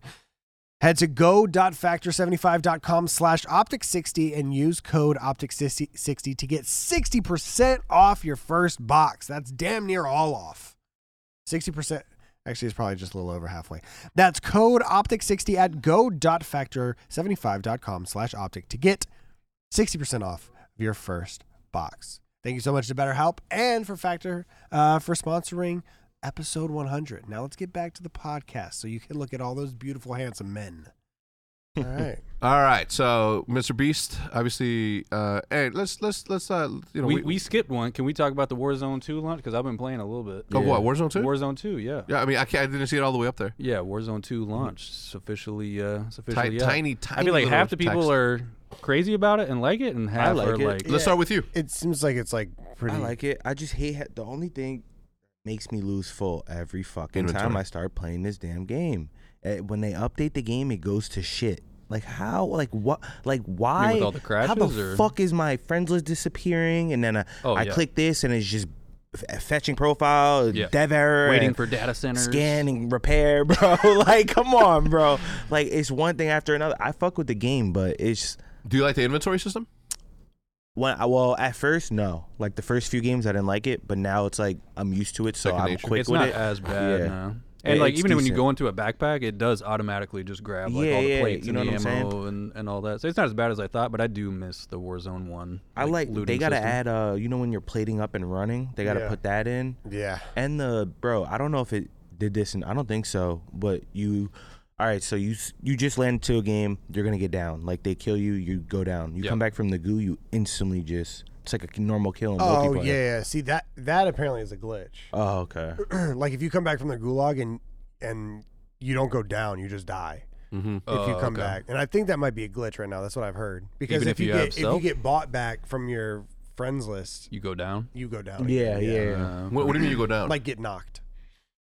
S4: Head to go.factor75.com slash optic60 and use code optic60 to get 60% off your first box. That's damn near all off. 60%. Actually, it's probably just a little over halfway. That's code optic60 at go.factor75.com slash optic to get 60% off your first box. Thank you so much to BetterHelp and for Factor uh, for sponsoring episode 100. Now let's get back to the podcast so you can look at all those beautiful, handsome men. All right.
S3: All right, so Mr. Beast, obviously, uh, hey, let's let's let's uh, you know
S1: we, we, skipped one. Can we talk about the Warzone 2 launch? Because I've been playing a little bit.
S3: Oh, what, Warzone 2?
S1: Warzone 2, yeah.
S3: yeah, I mean, I, can't, I didn't see it all the way up there.
S1: Yeah, Warzone 2 launched. It's officially, uh, it's officially
S3: Ti-
S1: up.
S3: tiny,
S1: I
S3: tiny
S1: feel like half
S3: little
S1: the people
S3: text.
S1: are crazy about it and like it, and half are like,
S3: with you.
S13: It seems like it's like pretty.
S2: I like it. I just hate ha- the only thing that makes me lose full every fucking time
S14: Inventory.
S2: I start playing this damn game. Eh, When they update the game, it goes to shit. Like how? Like what? Like why?
S1: all the
S2: how
S1: crashes,
S2: the
S1: or-
S2: fuck is my friends list disappearing? And then uh,
S1: Oh,
S2: I
S1: yeah.
S2: click this, and it's just f- fetching profile,
S1: Yeah.
S2: dev error,
S1: Waiting
S2: and
S1: for data centers.
S2: scan and repair, bro. like come on, bro. Like it's one thing after another. I fuck with the game, but it's.
S3: Do you like the inventory system?
S2: When I, well, at first, no. Like the first few games, I didn't like it, but now it's like I'm used to it, so
S3: Second
S2: I'm
S3: nature.
S2: quick
S1: it's
S2: with
S1: not
S2: it.
S1: as bad
S2: Yeah.
S1: now.
S2: Yeah,
S1: And like
S2: it's
S1: even when you
S2: decent.
S1: go into a backpack, it does automatically just grab like all
S2: Yeah,
S1: the
S2: yeah,
S1: plates
S2: you
S1: and
S2: know
S1: the
S2: what I'm
S1: ammo and, and all that. So it's not as bad as I thought, but I do miss the Warzone one.
S2: I like they
S1: looting
S2: gotta
S1: system.
S2: add uh you know when you're plating up and running, they gotta
S1: Yeah.
S2: put that in.
S13: Yeah.
S2: And the bro, I don't know if it did this and I don't think so, but you all right, so you s- you just land to a game, you're gonna get down. Like they kill you, you go down. You
S13: Yeah.
S2: come back from the goo, you instantly just it's like a normal kill in
S13: Oh
S2: multiplayer.
S13: yeah, yeah. See that that apparently is a glitch.
S2: Oh okay.
S13: like if you come back from the gulag and and
S4: you don't go down, you just die
S1: Mhm.
S3: Mm-hmm.
S4: if you
S1: Oh,
S4: come
S1: okay.
S4: back. And I think that might be a glitch right now. That's what I've heard. Because
S1: Even
S4: if,
S1: if
S4: you,
S1: you have
S4: get if you
S1: self?
S4: get bought back from your friends list,
S1: You go down.
S4: you go down. again.
S1: Uh,
S3: what, what do you mean you go down?
S4: Like get knocked.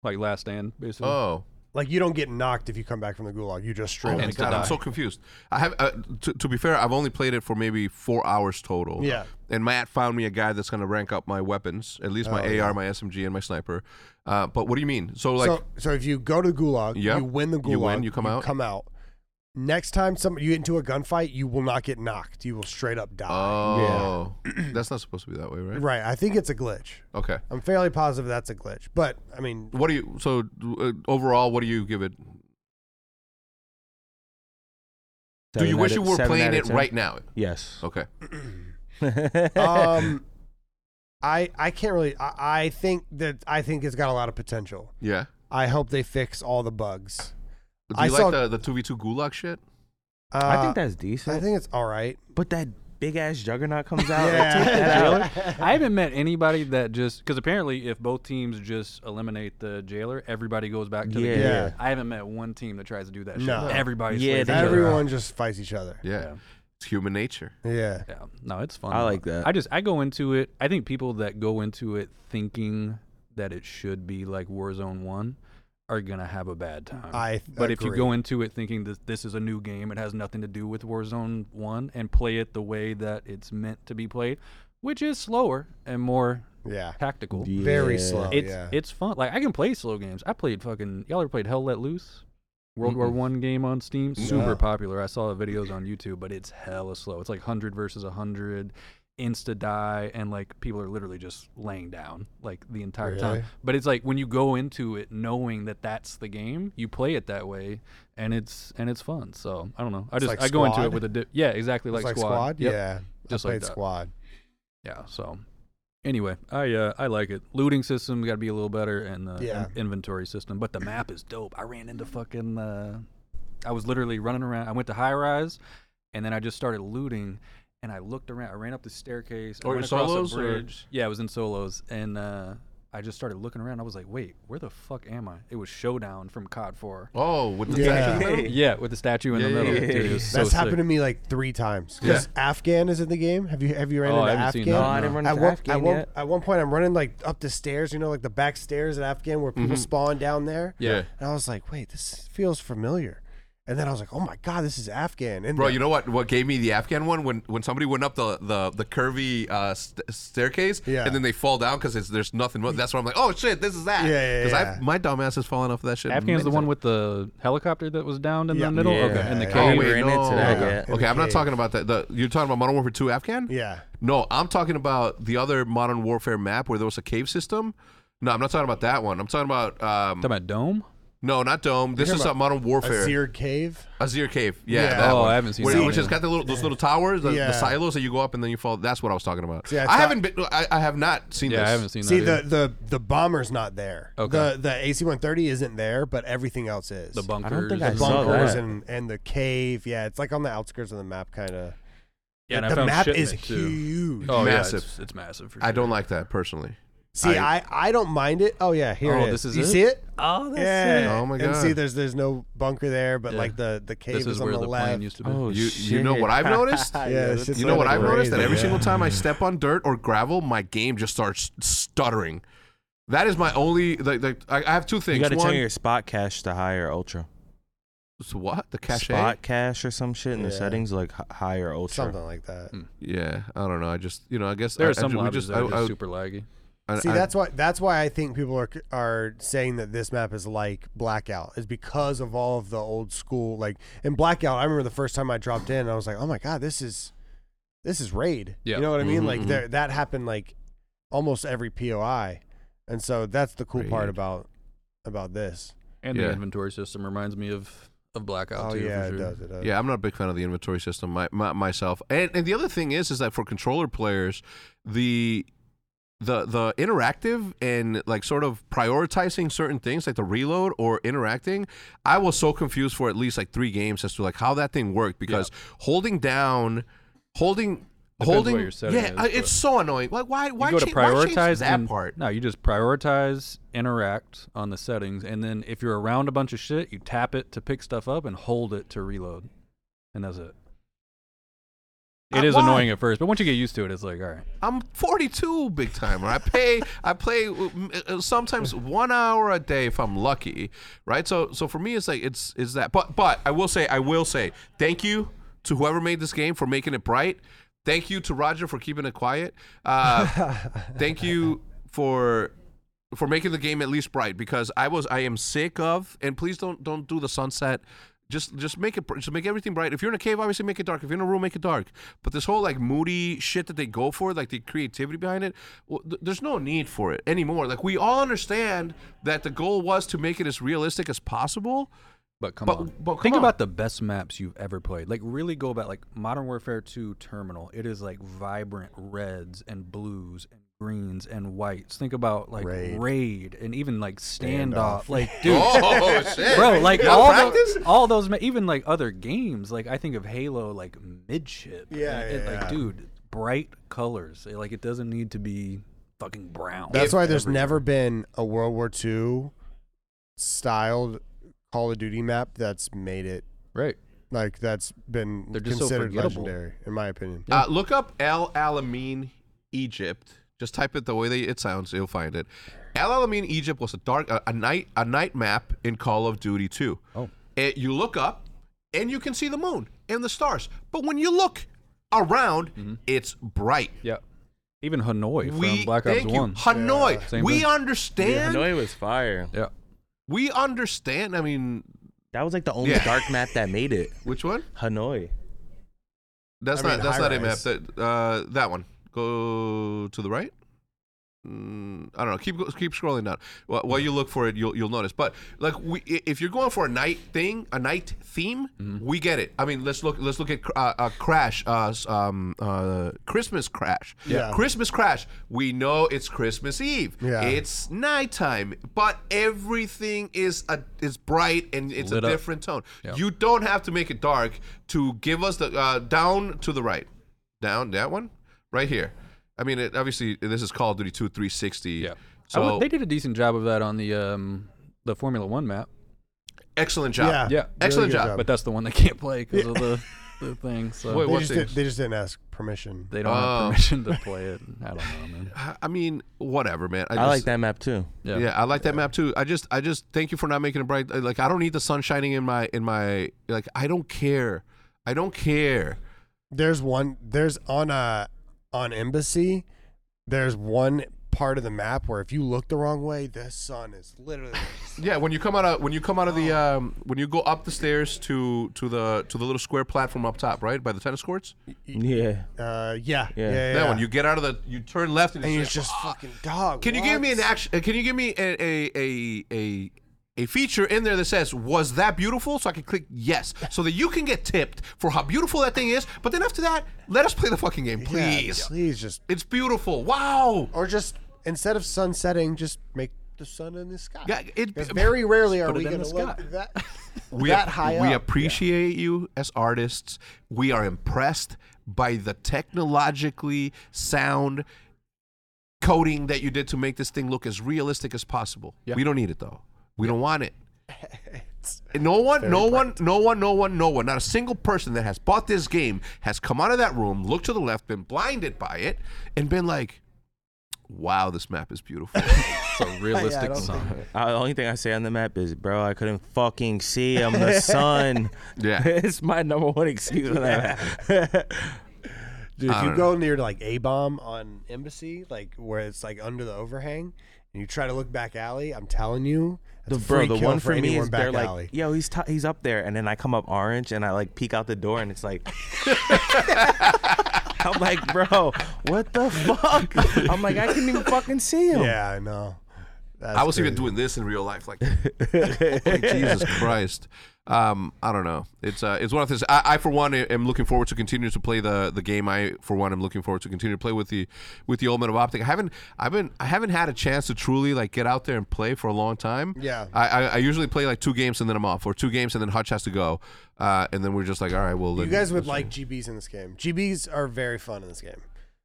S1: Like last stand, basically.
S4: Like you don't get knocked if you come back from the gulag. You just straight
S3: Oh
S4: up
S3: my god,
S4: die.
S3: I'm so confused. I have uh, to, to be fair, I've only played it for maybe four hours total.
S4: Yeah.
S3: And Matt found me a guy that's gonna rank up my weapons, at least my
S4: Oh,
S3: AR,
S4: yeah.
S3: my SMG, and my sniper. Uh, but what do you mean? So like,
S4: so, so if you go to the gulag,
S3: Yeah.
S4: you win the gulag.
S3: You win, you come out.
S4: Come out. Next time some you get into a gunfight, you will not get knocked. You will straight up die.
S3: oh, that's not supposed to be that way, Oh, right?
S4: Right. I think it's a glitch.
S3: Okay.
S4: I'm fairly positive that's a glitch. But I mean,
S3: What do you? So uh, overall, what do you give it? do you
S2: Seven
S3: wish
S2: out
S3: you
S2: of-
S3: were
S2: seven
S3: playing
S2: out of
S3: it
S2: ten?
S3: right now?
S2: Yes.
S3: Okay.
S4: um, I I can't really. I, I think that I think it's got a lot of potential.
S3: Yeah.
S4: I hope they fix all the bugs.
S3: Do you
S4: I
S3: like
S4: saw.
S3: the the two v two gulag shit?
S2: I
S4: uh,
S2: think that's decent.
S4: I think it's all right.
S2: But that big ass juggernaut comes out.
S4: Yeah.
S2: yeah. Take that out.
S1: I haven't met anybody that just because apparently if both teams just eliminate the jailer, everybody goes back to
S2: Yeah.
S1: the
S2: Yeah.
S1: game. I haven't met one team that tries to do that.
S4: No.
S1: shit. everybody. slays each other.
S4: everyone just fights each other.
S3: Yeah. It's human nature.
S4: Yeah.
S1: Yeah. No, it's fun.
S2: I like that.
S1: I just I go into it. I think people that go into it thinking that it should be like Warzone One are gonna have a bad time.
S4: I
S1: but if you
S4: agree.
S1: go into it thinking that this is a new game, it has nothing to do with Warzone One, and play it the way that it's meant to be played, which is slower and more
S4: Yeah.
S1: tactical.
S4: Very slow,
S1: It's
S4: yeah.
S1: it's fun. Like I can play slow games. I played fucking y'all ever played Hell Let Loose? World War One game on Steam, super
S4: No.
S1: popular. I saw the videos on YouTube, but it's hella slow. It's like hundred versus hundred, insta die, and like people are literally just laying down like the entire time.
S4: Really?
S1: But it's like when you go into it knowing that that's the game, you play it that way, and it's and it's fun. So I don't know. I
S4: It's
S1: just
S4: like
S1: I go into it
S4: Squad?
S1: with a di- yeah, exactly
S4: It's
S1: like,
S4: like
S1: squad.
S4: Squad?
S1: Yep.
S4: Yeah. I
S1: just like
S4: played
S1: that.
S4: squad.
S1: Yeah. So anyway, I uh, I like it. Looting system got to be a little better, and the
S4: Yeah.
S1: in- inventory system. But the map is dope. I ran into fucking. Uh, I was literally running around. I went to high rise, and then I just started looting. And I looked around. I ran up the staircase. I
S3: Oh,
S1: went
S3: in
S1: across a
S3: solos, or-
S1: bridge. Yeah, I was in solos, and uh, I just started looking around. I was like, "Wait, where the fuck am I?" It was Showdown from COD 4.
S3: Oh, with the
S4: Yeah.
S3: statue in the middle?
S1: Yeah, with the statue in the
S3: Yeah, yeah,
S1: middle.
S3: yeah,
S1: Dude, it
S3: yeah.
S1: was so
S4: That's
S1: sick.
S4: happened to me like three times. Because Afghan is in the game. Have you have you ran
S1: Oh,
S4: into
S1: I haven't
S4: Afghan?
S1: seen that, No, I no. didn't
S2: run
S4: at
S2: into
S4: one,
S2: Afghan
S4: at one,
S2: yet.
S4: At one point, I'm running like up the stairs. You know, like the back stairs at Afghan where
S1: Mm-hmm.
S4: people
S2: Mhm.
S4: spawn down there.
S3: Yeah.
S4: And I was like, wait, this feels familiar. And then I was like, oh my god, this is Afghan. And
S3: Bro,
S4: the-
S3: you know what? What gave me the Afghan one when when somebody went up the the, the curvy uh, st- staircase,
S4: Yeah.
S3: and then they fall down because there's nothing. mo- That's why I'm like, oh shit, this is that.
S4: Yeah, yeah,
S3: Because
S4: yeah.
S3: my dumb ass has fallen off of that shit.
S1: Afghan's the
S3: many
S1: one with the helicopter that was downed in
S4: Yeah.
S1: the middle.
S2: Yeah.
S1: Okay, in the
S2: Yeah.
S1: cave.
S2: Oh, wait, We're in no. it today,
S3: Okay,
S2: yeah.
S3: Okay,
S4: In
S3: I'm
S4: the
S3: not
S4: cave.
S3: talking about that. The, you're talking about Modern Warfare 2 Afghan?
S4: Yeah.
S3: No, I'm talking about the other Modern Warfare map where there was a cave system. No, I'm not talking about that one. I'm talking about. Um,
S1: Talking about dome.
S3: no, not Dome. This
S4: You're
S3: is
S4: talking
S3: uh, Modern Warfare.
S4: Azir Cave.
S3: Azir Cave. Yeah.
S4: Yeah.
S3: that
S1: Oh,
S3: one.
S1: I haven't seen
S3: Where-
S1: that
S3: Which
S1: one
S3: has got the little, those little towers, the,
S4: Yeah.
S3: the silos that you go up and then you fall. That's what I was talking about.
S4: See, I
S3: I,
S4: thought-
S3: haven't been. I, I have not seen
S1: Yeah,
S3: this.
S1: I haven't seen
S4: See
S1: that.
S4: the,
S1: either.
S4: the the bomber's not there.
S1: Okay.
S4: The the AC-130 isn't there, but everything else is.
S1: the bunkers.
S2: think I
S4: the
S2: saw
S4: bunkers
S2: that.
S4: and, and the cave. Yeah, it's like on the outskirts of the map, kind of.
S1: Yeah, and I
S4: the
S1: found
S4: map
S1: shit in
S4: is
S1: it, too.
S4: huge.
S1: Oh, yeah,
S3: Massive.
S1: it's, it's massive. For
S3: I
S1: sure.
S3: don't like that personally.
S4: See, I, I, don't mind it. Oh yeah, here
S1: Oh,
S4: it is.
S1: this is
S4: you
S1: it?
S4: see it?
S1: Oh, that's
S4: yeah.
S3: Oh, my
S4: And
S3: God.
S4: see, there's there's no bunker there, but
S1: Yeah.
S4: like the the cave
S1: This is
S4: on
S1: where
S4: the,
S1: the
S4: left.
S1: plane used to be.
S2: Oh,
S3: You,
S2: shit.
S3: you know what I've noticed?
S4: Yeah,
S2: that's-
S4: it's just
S3: You know what I've noticed? That every
S4: Yeah.
S3: single time I step on dirt or gravel, my game just starts stuttering. That is my only. Like, like, I I have two things.
S2: you got to
S3: One,
S2: turn your spot cache to high or ultra.
S3: so what the cachet?
S2: Spot cache or some shit in the
S4: Yeah.
S2: settings like h- high or ultra.
S4: something like that.
S1: Hmm.
S3: Yeah, I don't know. I just you know I guess
S1: There
S3: I,
S1: are some
S3: I, ju- we
S1: lobbies
S3: just,
S1: that are
S3: I-
S1: just
S3: I-
S1: super laggy.
S3: I-
S4: See,
S3: I-
S4: that's why that's why I think people are are saying that this map is like Blackout is because of all of the old school like in Blackout. I remember the first time I dropped in, I was like, oh my god, this is this is raid.
S1: Yeah. Mm-hmm,
S4: You know what I mean?
S3: Mhm,
S4: Like
S3: mhm.
S4: there, that happened like almost every POI, and so that's the cool part
S3: Raid.
S4: about about this.
S1: And
S3: Yeah.
S1: the inventory system reminds me of of Blackout
S4: oh
S1: too.
S4: yeah,
S1: for sure.
S4: it does. It does.
S3: Yeah, I'm not a big fan of the inventory system my, my, myself. And and the other thing is is that for controller players, the the the interactive and like sort of prioritizing certain things like the reload or interacting, I was so confused for at least like 3 games as to like how that thing worked because holding down holding
S1: Depends
S3: holding.
S1: what your setting
S3: yeah,
S1: is,
S3: I- it's so annoying. Like why? Why
S1: you go
S3: cha-
S1: to
S3: why
S1: prioritize
S3: change that
S1: and-
S3: part?
S1: No, you just prioritize, interact on the settings, and then if you're around a bunch of shit, you tap it to pick stuff up and hold it to reload, and that's it. It
S3: Uh,
S1: is
S3: why?
S1: annoying at first, but once you get used to it, it's like all right.
S3: I'm 42, big timer. I pay. I play uh, m- uh, sometimes one hour a day if I'm lucky, right? So, so for me, it's like it's is that. But, but I will say, I will say, thank you to whoever made this game for making it bright. Thank you to Roger for keeping it quiet. Uh, thank you for for making the game at least bright because I was I am sick of and please don't don't do the sunset. Just just make it br- just make everything bright. If you're in a cave, obviously make it dark. If you're in a room, make it dark. But this whole like moody shit that they go for, like the creativity behind it, well, th- there's no need for it anymore. Like we all understand that the goal was to make it as realistic as possible.
S1: But come
S3: But-
S1: on.
S3: but come
S1: Think
S3: on.
S1: about the best maps you've ever played. Like really go about like Modern Warfare 2 Terminal. It is like vibrant reds and blues and greens and whites. Think about like raid, and even like standoff.
S3: Standoff.
S1: Like dude,
S3: Oh, shit.
S1: bro, like
S3: Y'all
S1: all
S3: practice?
S1: those, all those ma- even like other games. Like I think of Halo like midship.
S4: Yeah,
S1: It- it-
S4: yeah,
S1: like
S4: yeah.
S1: dude, bright colors. It- like it doesn't need to be fucking brown.
S4: That's why there's
S1: everywhere.
S4: never been a World War II styled Call of Duty map that's made it
S1: right.
S4: Like that's been
S1: They're just so
S4: considered
S1: forgettable.
S4: legendary, in my opinion.
S3: Uh, look up El Alamein, Egypt. Just type it the way they, it sounds. You'll find it. El Alamein, Egypt was a dark a, a night a night map in Call of Duty 2.
S1: Oh.
S3: It, you look up, and you can see the moon and the stars. But when you look around, it's bright.
S1: Yeah. Even Hanoi
S3: We-
S1: Mm-hmm. from Black Ops
S3: thank you.
S1: 1.
S3: Hanoi.
S1: Same
S3: We
S1: thing.
S3: understand.
S2: Hanoi was fire.
S1: Yeah.
S3: We understand. I mean,
S2: That was like the only
S3: Yeah.
S2: dark map that made it.
S3: Which one?
S2: Hanoi.
S3: That's
S2: I
S3: not
S2: mean,
S3: that's not a map.
S2: high-rise.
S3: That uh, that one. Go to the right. Mm, I don't know. Keep go- keep scrolling down. While, while you look for it, you'll you'll notice. But like, we, i- if you're going for a night thing, a night theme,
S2: Mm-hmm.
S3: we get it. I mean, let's look let's look at Cr- uh, uh, Crash, uh, s- um, uh, Christmas Crash,
S4: Yeah.
S3: Christmas Crash. We know it's Christmas Eve.
S4: Yeah.
S3: It's nighttime, but everything is a is bright and it's
S1: Lit
S3: a
S1: up.
S3: different tone.
S1: Yeah.
S3: You don't have to make it dark to give us the uh, down to the right, down that one, right here. I mean, it, obviously this is Call of Duty 2 360. Yeah.
S1: I would-
S3: So
S1: Oh, they did a decent job of that on the um, the Formula One map.
S3: excellent job.
S4: Yeah.
S1: Yeah,
S3: Excellent
S4: good
S3: job.
S4: job.
S1: But that's the one they can't play because of the, the thing. So
S3: Wait,
S4: they,
S3: what
S4: just
S3: things?
S4: did, they just didn't ask permission.
S1: they don't
S3: Oh.
S1: have permission to play it. I don't know, man.
S3: I mean, whatever, man.
S2: I, like that map too.
S1: Yeah.
S3: Yeah, I like that map too. I just, I just thank you for not making it bright. Like, I don't need the sun shining in my, in my. Like, I don't care. I don't care.
S4: There's one. There's on uh on embassy. There's one part of the map where if you look the wrong way, the sun is literally.
S3: Yeah, when you come out of when you come out of the um, when you go up the stairs to to the to the little square platform up top, right by the tennis courts.
S2: Yeah.
S4: Uh, yeah, yeah,
S2: Yeah.
S4: yeah. yeah.
S3: That one. You get out of the you turn left and,
S4: and
S3: you
S4: you're just fucking dog.
S3: Can you give me an
S4: what?"
S3: action? uh, Can you give me a a a a, a feature in there that says "Was that beautiful?" So I can click yes, so that you can get tipped for how beautiful that thing is. But then after that, let us play the fucking game,
S4: Yeah,
S3: please.
S4: please just
S3: It's beautiful. Wow.
S4: or just instead of sun setting, just make the sun in the sky.
S3: Yeah, it-
S4: 'Cause very rarely are
S1: put it
S4: we
S1: in
S4: going to
S1: the
S4: look
S1: sky.
S4: that
S3: We
S4: that
S3: ap-
S4: high
S3: we
S4: up.
S3: appreciate you as artists. We are impressed by the technologically sound coding that you did to make this thing look as realistic as possible.
S1: Yeah.
S3: We don't need it though. We don't want it. And no one, no one, no one, no one, no one, not a single person that has bought this game has come out of that room, looked to the left, been blinded by it, and been like, wow, this map is beautiful.
S1: It's a realistic
S4: don't
S1: song.
S2: I, the only thing I say on the map is, bro, I couldn't fucking see. I'm the sun.
S3: Yeah.
S2: it's my number one excuse on that map.
S4: Dude,
S3: I
S4: if you
S3: don't
S4: go near like A bomb on Embassy, like where it's like under the overhang, and you try to look back alley, I'm telling you,
S2: The,
S4: that's a
S2: bro,
S4: free
S2: the
S4: kill
S2: one
S4: for
S2: for me
S4: anyone
S2: is
S4: back
S2: they're like,
S4: alley.
S2: yo, he's t- he's up there, and then I come up orange, and I like peek out the door, and it's like, I'm like, bro, what the fuck? I'm like, I couldn't even fucking see him.
S4: yeah, I know. That's
S3: I was
S4: crazy.
S3: even doing this in real life, like, like Jesus Christ. um, I don't know. It's uh, it's one of those. I, I for one am looking forward to continue to play the the game. I for one am looking forward to continue to play with the with the old man of optic. I haven't I've been I haven't had a chance to truly like get out there and play for a long time.
S4: Yeah.
S3: I, I, I usually play like two games and then I'm off, or two games and then Hutch has to go, uh, and then we're just like, all right, well,
S4: You
S3: then
S4: guys
S3: let's-
S4: would like GBs in this game. GBs are very fun in this game.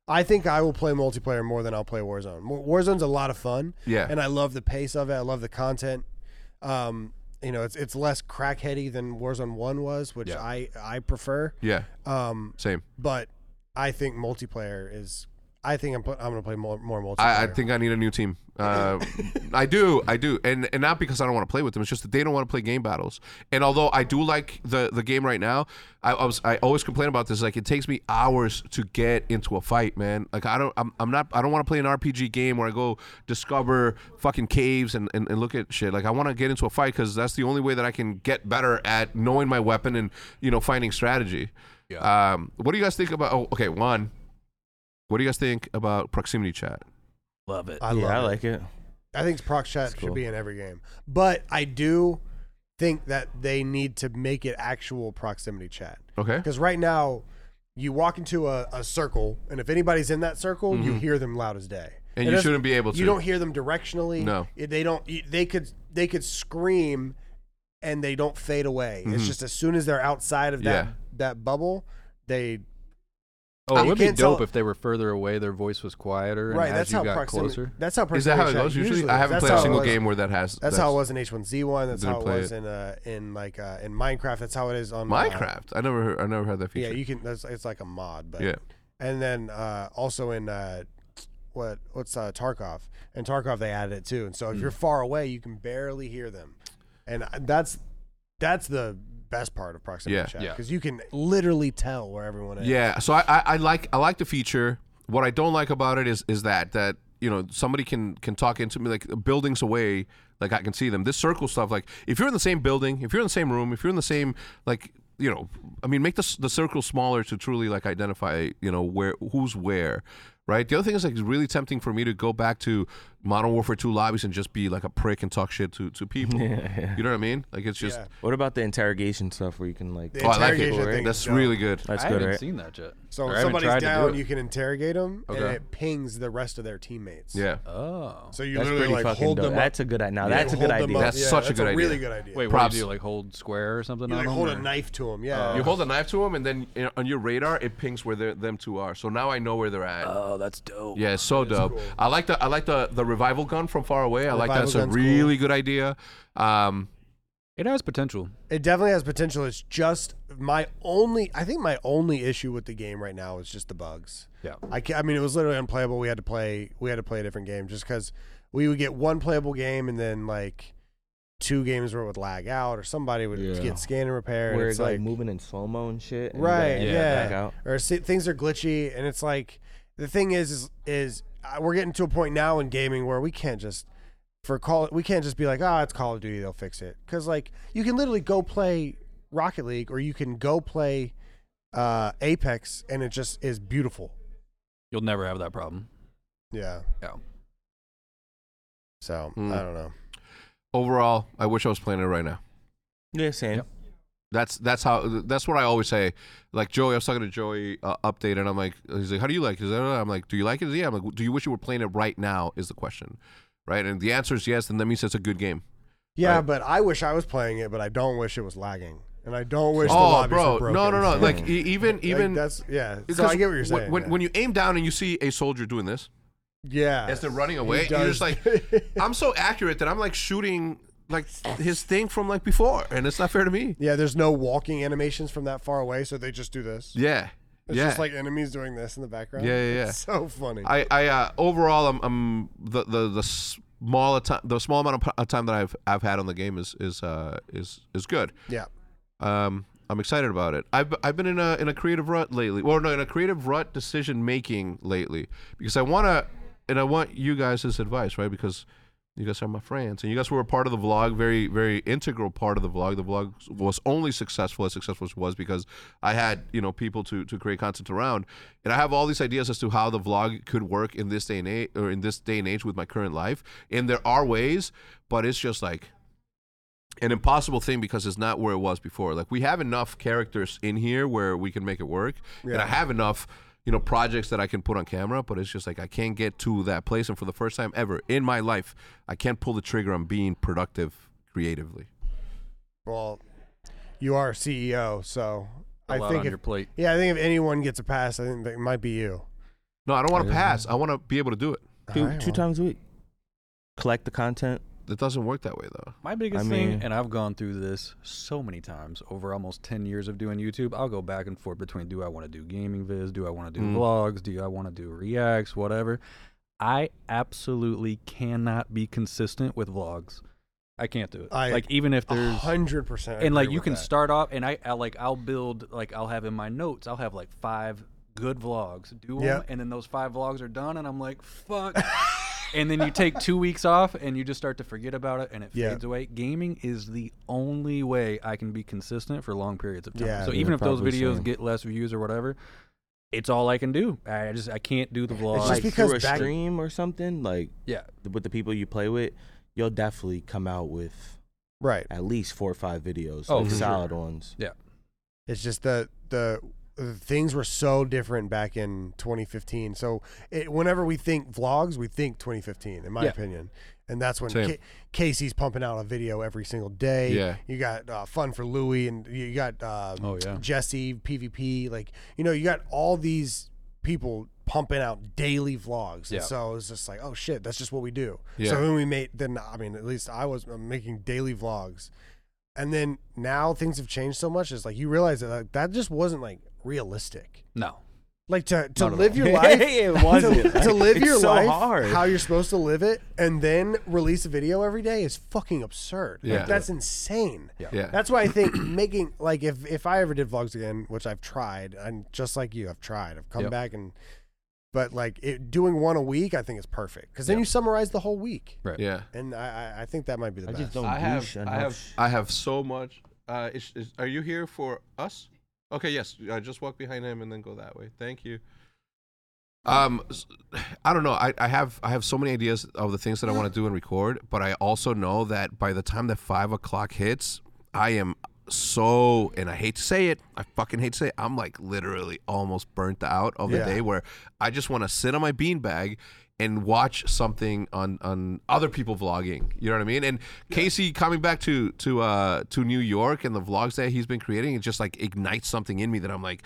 S4: I think I will play multiplayer more than I'll play Warzone. Mo- Warzone's a lot of fun.
S3: Yeah.
S4: And I love the pace of it. I love the content. Um, you know, it's it's less crackheady than Warzone 1 was, which
S3: Yeah.
S4: I I prefer.
S3: Yeah.
S4: Um
S3: Same.
S4: but I think multiplayer is I think I'm pl- I'm going to play more more multiplayer.
S3: I, I think I need a new team. Uh, I do, I do, and and not because I don't want to play with them. It's just that they don't want to play game battles. And although I do like the the game right now, I, I was I always complain about this. Like it takes me hours to get into a fight, man. Like I don't, I'm, I'm not, I don't want to play an RPG game where I go discover fucking caves and and, and look at shit. Like I want to get into a fight because that's the only way that I can get better at knowing my weapon and you know finding strategy. Yeah. Um, what do you guys think about? Oh, okay, one. What do you guys think about proximity chat?
S1: Love it.
S4: I love
S2: yeah, I
S4: it.
S2: like it.
S4: I think proc chat
S2: cool.
S4: should be in every game. But I do think that they need to make it actual proximity chat.
S3: Okay.
S4: Because right now, you walk into a, a circle, and if anybody's in that circle, you
S3: Mhm.
S4: hear them loud as day.
S3: And
S4: It
S3: you
S4: doesn't-
S3: shouldn't be able to.
S4: You don't hear them directionally.
S3: No.
S4: It- They don't. you- They could. They could scream, and they don't fade away. It's
S3: Mhm.
S4: just as soon as they're outside of that
S1: Yeah.
S4: that bubble, they.
S1: Oh, it
S4: you
S1: would be
S4: can't
S1: dope
S4: tell-
S1: if they were further away, their voice was quieter, and
S4: Right,
S1: as
S4: that's
S1: you
S4: how
S1: got
S4: proximity-
S1: closer.
S4: that's how
S3: Is that how it
S4: proximity
S3: goes
S4: chat
S3: usually?
S4: usually
S3: I
S4: is.
S3: haven't
S4: That's
S3: played
S4: how
S3: a
S4: it
S3: single
S4: was.
S3: game where that has.
S4: That's how it was in H1Z1. That's
S3: Didn't
S4: how it
S3: play
S4: was
S3: it.
S4: in uh, in like uh, in Minecraft. That's how it is on uh,
S3: Minecraft. I never, heard, I never heard that feature.
S4: Yeah, you can. That's, it's like a mod, but
S3: Yeah.
S4: And then uh, also in uh, what what's uh, Tarkov and Tarkov they added it too. And so if
S3: Mm.
S4: you're far away, you can barely hear them, and I- that's that's the best part of proximity
S3: Yeah.
S4: chat
S3: Yeah.
S4: because you can literally tell where everyone is.
S3: Yeah, so I, I, I like I like the feature. What I don't like about it is is that that you know somebody can can talk into me like buildings away, like I can see them. This circle stuff, like if you're in the same building, if you're in the same room, if you're in the same like you know, I mean, make the s- the circle smaller to truly like identify you know where who's where. Right. The other thing is like it's really tempting for me to go back to Modern Warfare 2 lobbies and just be like a prick and talk shit to, to people. You know what I mean? Like it's just
S2: What about the interrogation stuff where you can like?
S3: Oh, I like it. interrogation thing That's is dope. really good.
S2: That's
S1: I
S2: good,
S1: haven't
S2: right?
S1: seen that yet.
S4: So
S1: Or I
S4: when
S1: haven't tried
S4: somebody's
S1: to do
S4: down,
S1: it.
S4: you can interrogate them, and
S1: Okay.
S4: it pings the rest of their teammates.
S3: Yeah.
S1: Oh.
S4: So you
S2: That's
S4: literally
S2: pretty
S4: like
S2: fucking
S4: hold
S2: dope.
S4: them.
S2: That's a good i- now
S4: idea.
S2: that's a good idea.
S3: That's
S4: yeah,
S3: such a
S4: that's
S3: good
S4: a
S3: idea.
S4: really good idea.
S1: Wait, what
S3: Props.
S1: do you do? Like hold square or something?
S4: You
S1: on
S4: like
S1: them,
S4: hold a
S1: or-
S4: knife to them.
S2: Oh.
S4: Yeah.
S3: You hold a knife to them, and then you know, on your radar, it pings where they're- them two are. So now I know where they're at.
S1: Oh, that's dope.
S3: yeah, it's so dope. I like the I like the the revival gun from far away. I like that.
S4: Revival
S3: It's a
S4: gun's
S3: really good idea. Um,
S1: It has potential.
S4: It definitely has potential. It's just my only. I think my only issue with the game right now is just the bugs.
S1: Yeah.
S4: I can, I mean, it was literally unplayable. We had to play. We had to play a different game just because we would get one playable game and then like two games where it would lag out or somebody would
S2: Yeah.
S4: get scan and repair. and
S2: Where
S4: it's
S2: it's like,
S4: like
S2: moving in slow mo and shit. and you gotta
S4: right
S2: edit it
S4: yeah,
S2: back out.
S4: or see, things are glitchy and it's like the thing is is, is uh, we're getting to a point now in gaming where we can't just for call we can't just be like ah it's call of duty they'll fix it because like you can literally go play rocket league or you can go play uh apex and it just is beautiful
S1: You'll never have that problem.
S4: yeah
S1: Yeah.
S4: so
S3: Mm.
S4: i don't know
S3: overall, I wish I was playing it right now.
S2: Yeah, same.
S1: Yep.
S3: That's that's how that's what I always say. Like Joey, I was talking to Joey uh, update, and I'm like, he's like, how do you like? it? He's like, I'm like, do you like it? He's like, Yeah. I'm like, do you wish you were playing it right now? Is the question, right? And if the answer is yes, then that means it's a good game.
S4: yeah
S3: Right.
S4: but i wish i was playing it but i don't wish it was lagging and i don't wish the
S3: oh,
S4: lobbies
S3: bro,
S4: were broken.
S3: no, no, no. Like e- even
S4: Like,
S3: even
S4: that's yeah so
S3: Because
S4: i get what you're
S3: wh-
S4: saying
S3: When,
S4: yeah.
S3: when you aim down and you see a soldier doing this
S4: yeah
S3: as they're running
S4: He
S3: away, you're
S4: does-
S3: just like, I'm so accurate that I'm like shooting like his thing from like before, and it's not fair to me.
S4: Yeah, there's no walking animations from that far away, so they just do this.
S3: Yeah,
S4: It's
S3: yeah.
S4: just like enemies doing this in the background.
S3: Yeah, yeah, yeah.
S4: It's so funny.
S3: I, I uh, overall, I'm, I'm the the the small time, the small amount of p- of time that I've I've had on the game is is uh is is good.
S4: yeah.
S3: Um, I'm excited about it. I've I've been in a in a creative rut lately. Well, no, in a creative rut decision making lately because I wanna and I want you guys' advice, right? Because you guys are my friends, and you guys were a part of the vlog, very very integral part of the vlog. The vlog was only successful as successful as it was because I had you know people to to create content around, and I have all these ideas as to how the vlog could work in this day and age or in this day and age with my current life, and there are ways, but it's just like an impossible thing because it's not where it was before. Like we have enough characters in here where we can make it work, and I
S15: Yeah.
S3: have enough, you know, projects that I can put on camera. But it's just like I can't get to that place, and for the first time ever in my life, I can't pull the trigger on being productive creatively.
S4: Well, you are CEO, so
S3: A
S4: I
S3: lot
S4: think
S3: on
S4: if,
S3: your plate.
S4: Yeah, I think if anyone gets a pass, I think that might be you.
S3: No, I don't want
S4: I
S3: to
S4: don't
S3: pass. I want to be able to do it.
S4: Two- Alright, two well.
S2: times a week. Collect the content.
S3: That doesn't work that way though.
S1: My biggest
S2: I
S1: thing,
S2: mean-
S1: and I've gone through this so many times over almost 10 years of doing YouTube, I'll go back and forth between do I want to do gaming vids, do I want to do
S15: Mm.
S1: vlogs, do I want to do reacts, whatever. I absolutely cannot be consistent with vlogs. I can't do it.
S4: I
S1: like even if there's
S4: 100%
S1: and like
S4: agree
S1: you
S4: with
S1: can
S4: that.
S1: start off and I, I like I'll build like I'll have in my notes I'll have like five good vlogs do 'em,
S15: Yep.
S1: and then those five vlogs are done and I'm like fuck and then you take two weeks off and you just start to forget about it and it
S15: Yeah.
S1: fades away. Gaming is the only way I can be consistent for long periods of time.
S15: Yeah,
S1: so
S15: you're
S1: even if those
S15: probably
S1: videos
S15: same.
S1: get less views or whatever, it's all I can do. I just I can't do the vlog.
S2: It's just because through a stream or something like
S1: yeah,
S2: with the people you play with, you'll definitely come out with
S4: right
S2: at least four or five videos,
S4: Oh,
S2: like
S4: for sure.
S2: solid ones.
S1: Yeah,
S4: It's just the the the things were so different back in 2015. So it, whenever we think vlogs, we think 2015, in my
S15: Yeah.
S4: opinion. And that's when
S15: Same.
S4: Ca- Casey's pumping out a video every single day.
S15: Yeah.
S4: you got uh, fun for Louie, and you got um,
S1: Oh, yeah.
S4: Jesse PvP. Like you know, you got all these people pumping out daily vlogs.
S15: Yeah.
S4: And so it's just like, oh shit, that's just what we do.
S15: Yeah.
S4: So then we made then I mean at least I was uh, making daily vlogs, and then now things have changed so much. It's like you realize that like, that just wasn't like realistic.
S1: No.
S4: Like to, to
S15: Not at
S4: live
S15: all.
S4: your life,
S15: It
S4: to-
S15: wasn't.
S4: to, live
S15: It's
S4: your
S15: so
S4: life
S15: hard.
S4: how you're supposed to live it, and then release a video every day is fucking absurd. Like,
S15: Yeah.
S4: that's insane.
S15: Yeah. Yeah.
S4: that's why I think making like if if I ever did vlogs again, which I've tried, and just like you, I've tried. I've come
S15: Yep.
S4: back and, but like it, doing one a week, I think is perfect because then
S3: Yep.
S4: you summarize the whole week.
S1: Right.
S3: Yeah.
S4: And I, I- I think that might be the best.
S3: I have, I have, I have so much. Uh, is, is, are you here for us? Okay, yes. Uh, just walk behind him and then go that way. Thank you. Um, s- I don't know. I, I have I have so many ideas of the things that I want to do and record, but I also know that by the time that five o'clock hits, I am so and I hate to say it, I fucking hate to say it. I'm like literally almost burnt out of the
S15: Yeah.
S3: day where I just want to sit on my beanbag and watch something on on other people vlogging. You know what I mean? And Casey coming back to to uh to New York and the vlogs that he's been creating, it just like ignites something in me that I'm like,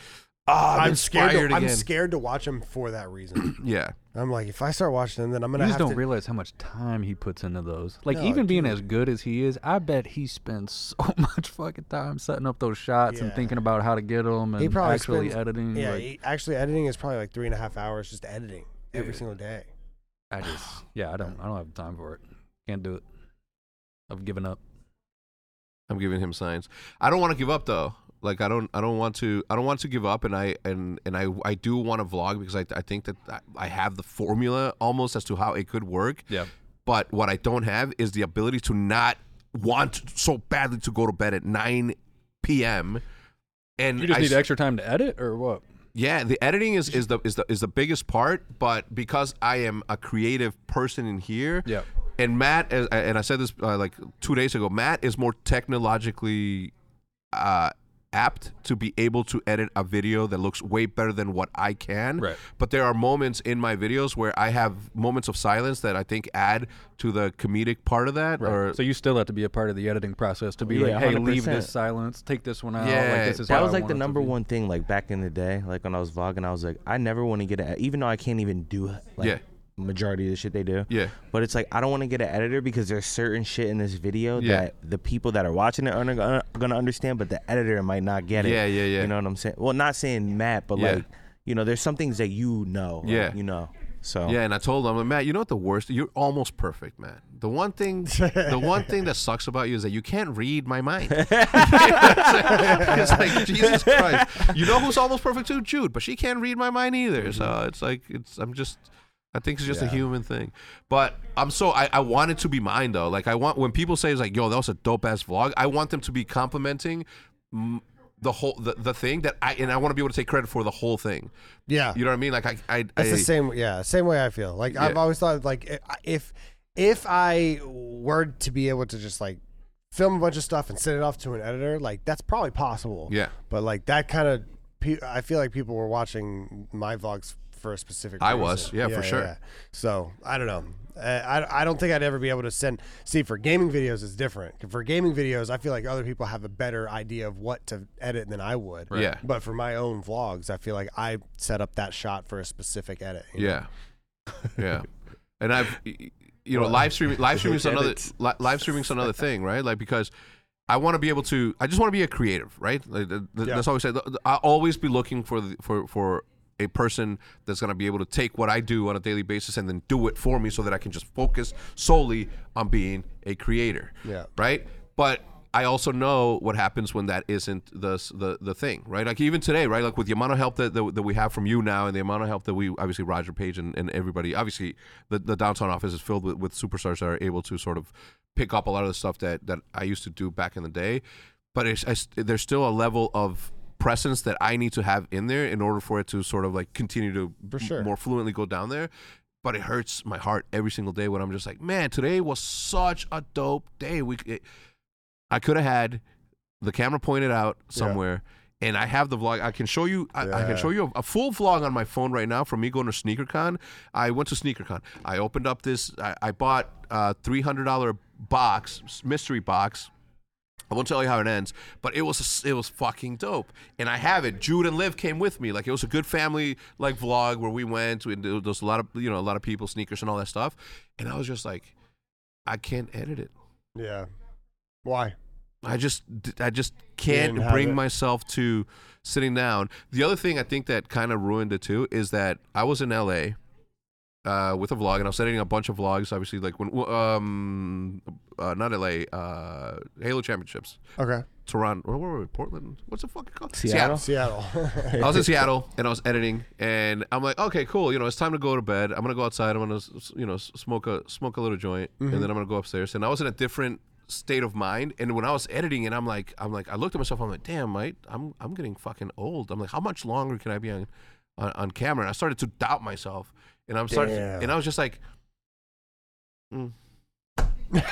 S3: ah, I'm,
S4: I'm scared. To,
S3: inspired
S4: I'm
S3: again.
S4: scared to watch him for that reason.
S3: Yeah.
S4: I'm like, if I start watching them, then I'm
S1: You
S4: gonna
S1: just
S4: have
S1: don't
S4: to.
S1: realize how much time he puts into those. Like
S4: No,
S1: even being as good as he is, I bet he spends so much fucking time setting up those shots and
S4: Yeah.
S1: thinking about how to get them and
S4: he probably
S1: actually
S4: spends-
S1: editing.
S4: Yeah,
S1: like,
S4: he- actually editing is probably like three and a half hours just editing every
S1: Dude.
S4: single day.
S1: I just yeah, I don't I don't have time for it. Can't do it. I've given up.
S3: I'm giving him signs. I don't want to give up though. Like I don't I don't want to I don't want to give up and I and and I I do want to vlog because I I think that I- I have the formula almost as to how it could work.
S1: Yeah.
S3: But what I don't have is the ability to not want so badly to go to bed at 9 p.m. And
S1: You just
S3: I
S1: need
S3: s-
S1: extra time to edit or what?
S3: yeah, the editing is, is the is the is the biggest part, but because I am a creative person in here,
S1: Yeah.
S3: And Matt, as, and I said this uh, like two days ago, Matt is more technologically uh, apt to be able to edit a video that looks way better than what I can.
S15: Right.
S3: But there are moments in my videos where I have moments of silence that I think add to the comedic part of that. Or
S1: so you still have to be a part of the editing process to be
S2: Yeah,
S1: like, hey, leave
S2: 100%.
S1: this silence, take this one out.
S2: Yeah,
S1: like, this is
S2: that
S1: how
S2: was
S1: I
S2: like
S1: want
S2: the
S1: it to
S2: number
S1: be.
S2: one thing. Like back in the day, like when I was vlogging, I was like, I never want to get a, even though I can't even do like
S3: Yeah.
S2: majority of the shit they do.
S3: Yeah.
S2: But it's like I don't want to get an editor because there's certain shit in this video
S3: Yeah.
S2: that the people that are watching it are gonna, gonna understand, but the editor might not get it.
S3: Yeah, yeah, yeah.
S2: You know what I'm saying? Well, not saying Matt, but
S3: Yeah.
S2: like you know, there's some things that you know. like,
S3: Yeah.
S2: you know.
S4: Oh.
S2: So
S3: Yeah, and I told him, I'm like, Matt, you know what the worst? You're almost perfect, man. The one thing, the one thing that sucks about you is that you can't read my mind. it's like Jesus Christ. You know who's almost perfect too, Jude, but she can't read my mind
S4: Mm-hmm.
S3: either. So it's like it's. I'm just. I think it's just a
S15: Yeah.
S3: human thing. But I'm so I, I want it to be mine though. Like I want when people say it's like, yo, that was a dope ass vlog. I want them to be complimenting. mm, the whole the, the thing that I and I want to be able to take credit for the whole thing.
S4: Yeah.
S3: you know what I mean. Like I, I
S4: That's
S3: I,
S4: the same. Yeah, same way I feel. Like I've
S3: Yeah.
S4: always thought, like i- if if I were to be able to just like film a bunch of stuff and send it off to an editor, like that's probably possible.
S3: Yeah.
S4: But like that kind of, pe- I feel like people were watching my vlogs for a specific.
S3: I was, yeah,
S4: reason.
S3: for sure.
S4: So I don't know. Uh, I, I don't think I'd ever be able to send. See, for gaming videos, it's different. For gaming videos, I feel like other people have a better idea of what to edit than I would.
S3: Right. Yeah.
S4: But for my own vlogs, I feel like I set up that shot for a specific edit. you know?
S3: Yeah, yeah, and I've y- y- you know live streaming live streaming is
S4: Get
S3: another
S4: it.
S3: li- live streaming is another thing, right? Like because I want to be able to, I just want to be a creative, right? Like, th- th-
S15: Yeah.
S3: That's always said. I always be looking for the, for for a person that's gonna be able to take what I do on a daily basis and then do it for me, so that I can just focus solely on being a creator
S4: Yeah.
S3: right? But I also know what happens when that isn't the the the thing, right? Like even today, right? Like with the amount of help that, that, that we have from you now, and the amount of help that we obviously Roger Page and, and everybody, obviously the, the downtown office is filled with, with superstars that are able to sort of pick up a lot of the stuff that that I used to do back in the day. But it's, I s- there's still a level of presence that I need to have in there in order for it to sort of like continue to
S4: For
S3: m-
S4: sure.
S3: more fluently go down there. But it hurts my heart every single day when I'm just like, man, today was such a dope day. We, c- it, I could have had the camera pointed out somewhere, and I have the vlog. I can show you. I, I
S15: Yeah.
S3: can show you a, a full vlog on my phone right now from me going to SneakerCon. I went to SneakerCon. I opened up this. I, I bought a three hundred dollar box, s- mystery box. I won't tell you how it ends, but it was it was fucking dope, and I have it. Jude and Liv came with me. Like it was a good family like vlog where we went. And there was a lot of you know a lot of people, sneakers, and all that stuff. And I was just like, I can't edit it.
S4: Yeah. Why?
S3: I just I just
S4: didn't
S3: can't
S4: have
S3: bring
S4: it.
S3: myself to sitting down. The other thing I think that kind of ruined it too is that I was in LA uh, with a vlog and I was editing a bunch of vlogs. Obviously, like when um uh, not LA uh, Halo Championships.
S4: Okay.
S3: Toronto. Where were we? Portland. What's the fucking called?
S4: Seattle.
S3: I was in Seattle and I was editing, and I'm like, okay, cool. You know, it's time to go to bed. I'm gonna go outside. I'm gonna, s- s- you know, s- smoke a smoke a little joint,
S15: Mhm.
S3: and then I'm gonna go upstairs. And I was in a different state of mind. And when I was editing, and I'm like, I'm like, I looked at myself. I'm like, damn, mate, I'm I'm getting fucking old. I'm like, how much longer can I be on on, on camera? And I started to doubt myself, and I'm starting,
S15: Damn.
S3: and I was just like, mm.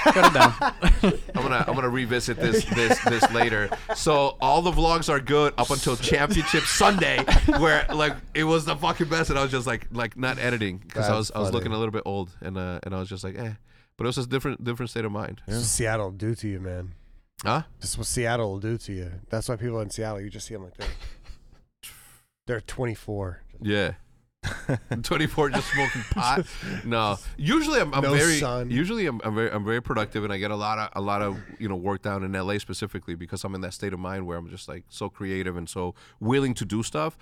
S3: I'm gonna I'm gonna revisit this this this later. So all the vlogs are good up until Championship Sunday, where like it was the fucking best, and I was just like like not editing because I
S4: That's
S3: was I was
S4: funny.
S3: looking a little bit old, and uh, and I was just like eh, but it was just different different state of mind.
S4: This is what Seattle will do to you, man.
S3: Huh?
S4: This is what Seattle will do to you. That's why people in Seattle, you just see them like they're, they're 24.
S3: Yeah. 24 just smoking pot. No, usually I'm, I'm
S4: No
S3: very
S4: sun.
S3: usually I'm, I'm very I'm very productive and I get a lot of a lot of you know work down in LA specifically because I'm in that state of mind where I'm just like so creative and so willing to do stuff.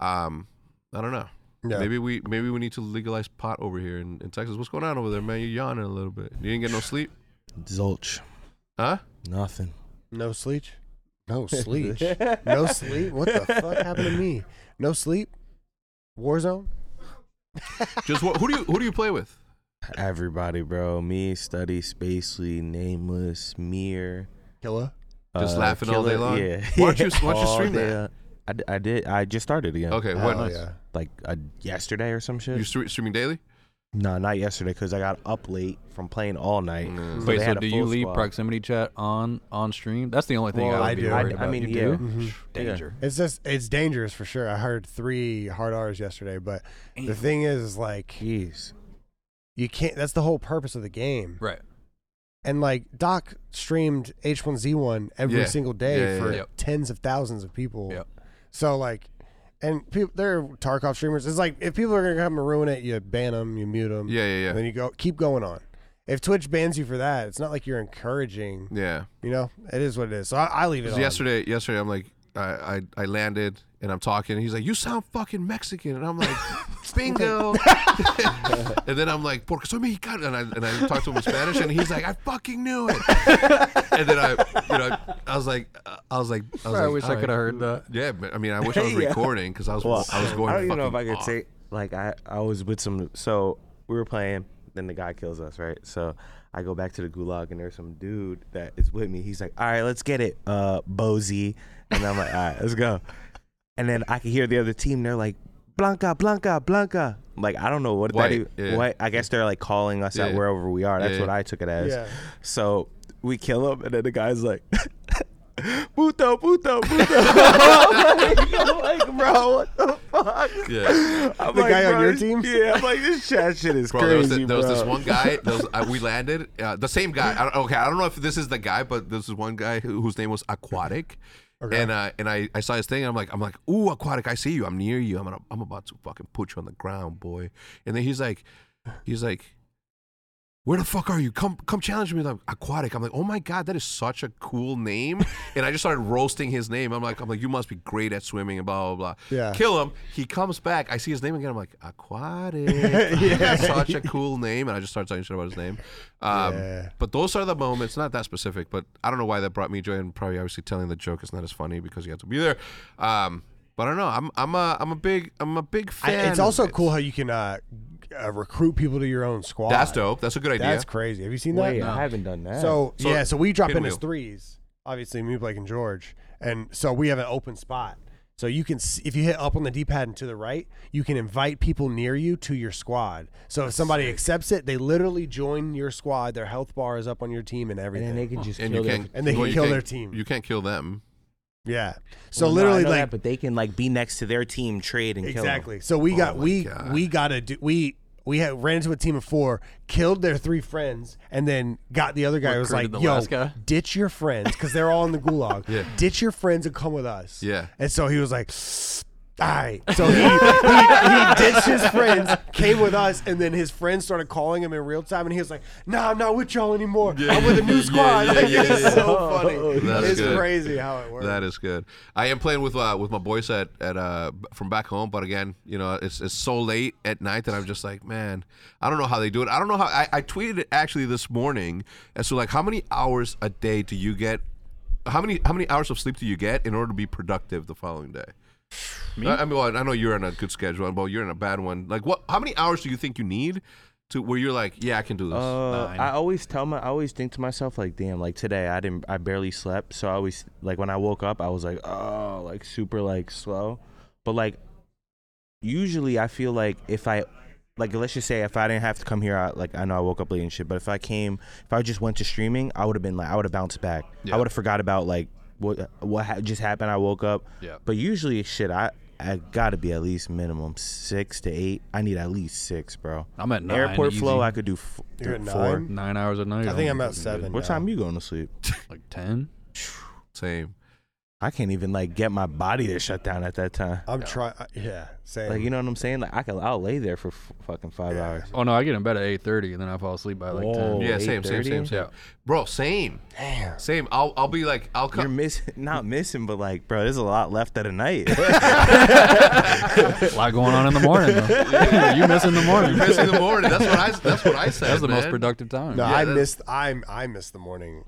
S3: Um, I don't know.
S15: Yeah.
S3: Maybe we maybe we need to legalize pot over here in, in Texas. What's going on over there, man? You're yawning a little bit. You didn't get no sleep,
S2: Zolch.
S3: huh?
S2: Nothing.
S4: No sleep. No sleep. no sleep. What the fuck happened to me? No sleep. Warzone.
S3: Just what, who do you who do you play with?
S2: Everybody, bro. Me, Study, Spacely, Nameless, Mir.
S4: Killer.
S3: Just laughing all day long?
S2: Uh, Yeah.
S3: Why don't you- why don't you
S2: All
S3: stream
S2: day
S3: that?
S2: long. I, d- I did. I just started again.
S3: Okay, what- Oh, yeah.
S2: Like uh, yesterday or some shit.
S3: You stre- streaming daily?
S2: No, not yesterday because I got up late from playing all night.
S3: Mm.
S2: So
S1: Wait,
S2: they
S1: so
S2: had a
S1: do
S2: full
S1: you leave
S2: squad.
S1: proximity chat on on stream? That's the only thing
S2: Well,
S1: I would
S2: I
S1: be
S2: do.
S1: worried
S2: I- I
S1: about.
S2: mean,
S1: You
S2: yeah.
S1: do?
S2: Mhm.
S1: Danger.
S4: It's just it's dangerous for sure. I heard three hard R's yesterday, but the thing is, is like, you can't. That's the whole purpose of the game,
S1: right?
S4: And like Doc streamed H1Z1 every
S15: Yeah.
S4: single day
S15: Yeah, yeah,
S4: for
S15: yeah. Yep.
S4: tens of thousands of people. So like, and people they're Tarkov streamers. It's like if people are gonna come and ruin it, you ban them, you mute them.
S3: Yeah, yeah, yeah.
S4: And then you go keep going on. If Twitch bans you for that, it's not like you're encouraging.
S3: Yeah.
S4: You know, it is what it is. So I, I leave it.
S3: Because
S4: on.
S3: yesterday, yesterday, I'm like, I, I, I landed and I'm talking. And he's like, you sound fucking Mexican, and I'm like, bingo. and then I'm like, porque soy mexicano, and I and I talked to him in Spanish, and he's like, I fucking knew it. and then I, you know, I was like, I was like, I, was
S1: I
S3: like,
S1: wish I
S3: all
S1: coulda heard that.
S3: Yeah, but, I mean, I wish I was
S2: Yeah.
S3: recording because I was,
S2: Well,
S3: I was going.
S2: I don't even know if I
S3: fucking
S2: could
S3: off.
S2: say like I I was with some. So we were playing, then the guy kills us, right? So I go back to the gulag, and there's some dude that is with me. He's like, "All right, let's get it, uh, Bozy," and I'm like, "All right, let's go." And then I can hear the other team. They're like, "Blanca, Blanca, Blanca." I'm Like I don't know what
S15: White,
S2: that. Even,
S15: yeah.
S2: What I guess they're like calling us out
S15: Yeah.
S2: wherever we are. That's
S15: Yeah.
S2: what I took it as.
S15: Yeah.
S2: So we kill him, and then the guy's like, "Puto, puto, puto." I'm like, I'm like, bro, what the fuck?
S3: Yeah.
S2: I'm
S3: The
S2: like,
S3: guy on
S2: "Bro,
S3: your
S2: this-
S3: team?
S2: Yeah, I'm like, this chat shit is
S3: Bro,
S2: crazy.
S3: there was, th- there was this
S2: bro."
S3: one guy. There was, uh, we landed uh, the same guy. I don't, okay, I don't know if this is the guy, but this is one guy who, whose name was Aquatic, and uh, and I, I saw his thing. and I'm like I'm like, ooh, Aquatic, I see you. I'm near you. I'm gonna, I'm about to fucking put you on the ground, boy. And then he's like, he's like, where the fuck are you? Come come challenge me. Like, Aquatic. I'm like, oh my god, that is such a cool name. and I just started roasting his name. I'm like, I'm like, you must be great at swimming and blah blah blah.
S7: Yeah.
S3: Kill him. He comes back. I see his name again. I'm like, Aquatic.
S7: Yeah.
S3: Such a cool name. And I just started talking shit about his name. Um, But those are the moments. Not that specific, but I don't know why that brought me joy. And probably obviously telling the joke is not as funny because you have to be there. Um, but I don't know. I'm I'm a I'm a big I'm a big
S4: I-
S3: fan.
S4: it's
S3: of
S4: also
S3: it.
S4: cool how you can uh, uh, recruit people to your own squad.
S3: That's dope. That's a good idea.
S4: That's crazy. Have you seen
S2: Wait,
S4: that?
S2: I No. haven't done that.
S4: So,
S2: So,
S4: yeah, so we drop in
S2: pinwheel.
S4: as threes. Obviously, me, Blake, and George, and so we have an open spot. So you can, see, if you hit up on the D-pad and to the right, you can invite people near you to your squad. So if somebody accepts it, they literally join your squad. Their health bar is up on your team and everything. And they can
S2: just
S3: and you can't
S4: and they
S3: well,
S4: can
S3: you
S4: kill
S3: can't-
S4: their team.
S3: You can't kill them.
S4: Yeah. So
S2: Well, no, I
S4: literally,
S2: know
S4: like
S2: that, but they can like be next to their team, trade and kill 'em.
S4: Exactly. So we got we we got to do we we had ran into a team of four, killed their three friends, and then got the other guy. who was like,
S7: Recruited the
S4: "Yo,
S7: last guy."
S4: ditch your friends because they're all in the gulag.
S7: Yeah.
S4: Ditch your friends and come with us."
S7: Yeah.
S4: And so he was like. All right, so he, he, he ditched his friends, came with us, and then his friends started calling him in real time, and he was like, "Nah, I'm not with y'all anymore. I'm with a new squad."
S3: yeah,
S4: Like,
S3: yeah,
S4: it's
S3: yeah.
S4: so funny.
S3: That's
S4: it's
S3: good.
S4: crazy how it works.
S3: That is good. I am playing with uh, with my boys at, at uh, b- from back home, but again, you know, it's, it's so late at night that I'm just like, man, I don't know how they do it. I don't know how. I, I tweeted it actually this morning, and so like, how many hours a day do you get? How many how many hours of sleep do you get in order to be productive the following day?
S7: Me?
S3: I, I mean, well, I know you're on a good schedule, but you're in a bad one. Like, what? How many hours do you think you need to where you're like, yeah, I can do this?
S2: Uh, I always tell my, I always think to myself like, damn, like today I didn't, I barely slept, so I always like when I woke up, I was like, oh, like super like slow, but like usually I feel like if I, like let's just say if I didn't have to come here, I, like I know I woke up late and shit, but if I came, if I just went to streaming, I would have been like, I would have bounced back, I would have forgot about like what what ha- just happened. I woke up,
S3: Yeah.
S2: but usually shit, I. I gotta be at least minimum six to eight. I need at least six, bro.
S1: I'm at nine,
S2: airport flow.
S1: easy.
S2: I could do f-
S4: You're
S2: th-
S4: at
S2: four.
S4: nine?
S1: Nine hours a night. Oh
S2: I think I'm at seven What now. time you going to sleep?
S1: like ten.
S3: Same.
S2: I can't even like get my body to shut down at that time.
S4: I'm trying. Yeah, same.
S2: Like you know what I'm saying? Like I could, I'll lay there for f- fucking five hours.
S1: Oh no, I get in bed at eight thirty and then I fall asleep by like
S2: Whoa,
S1: ten.
S2: Yeah, same, same, same, 8:30? same.
S3: Bro, same. Damn. Same. I'll I'll be like I'll come.
S2: You're missing, not missing, but like, bro, there's a lot left of the night.
S1: a lot going on in the morning. Though. you miss in the morning.
S3: You miss in the morning. That's what I. That's what I said.
S1: That's the most
S3: man.
S1: productive time.
S4: No, I missed. I I missed the morning.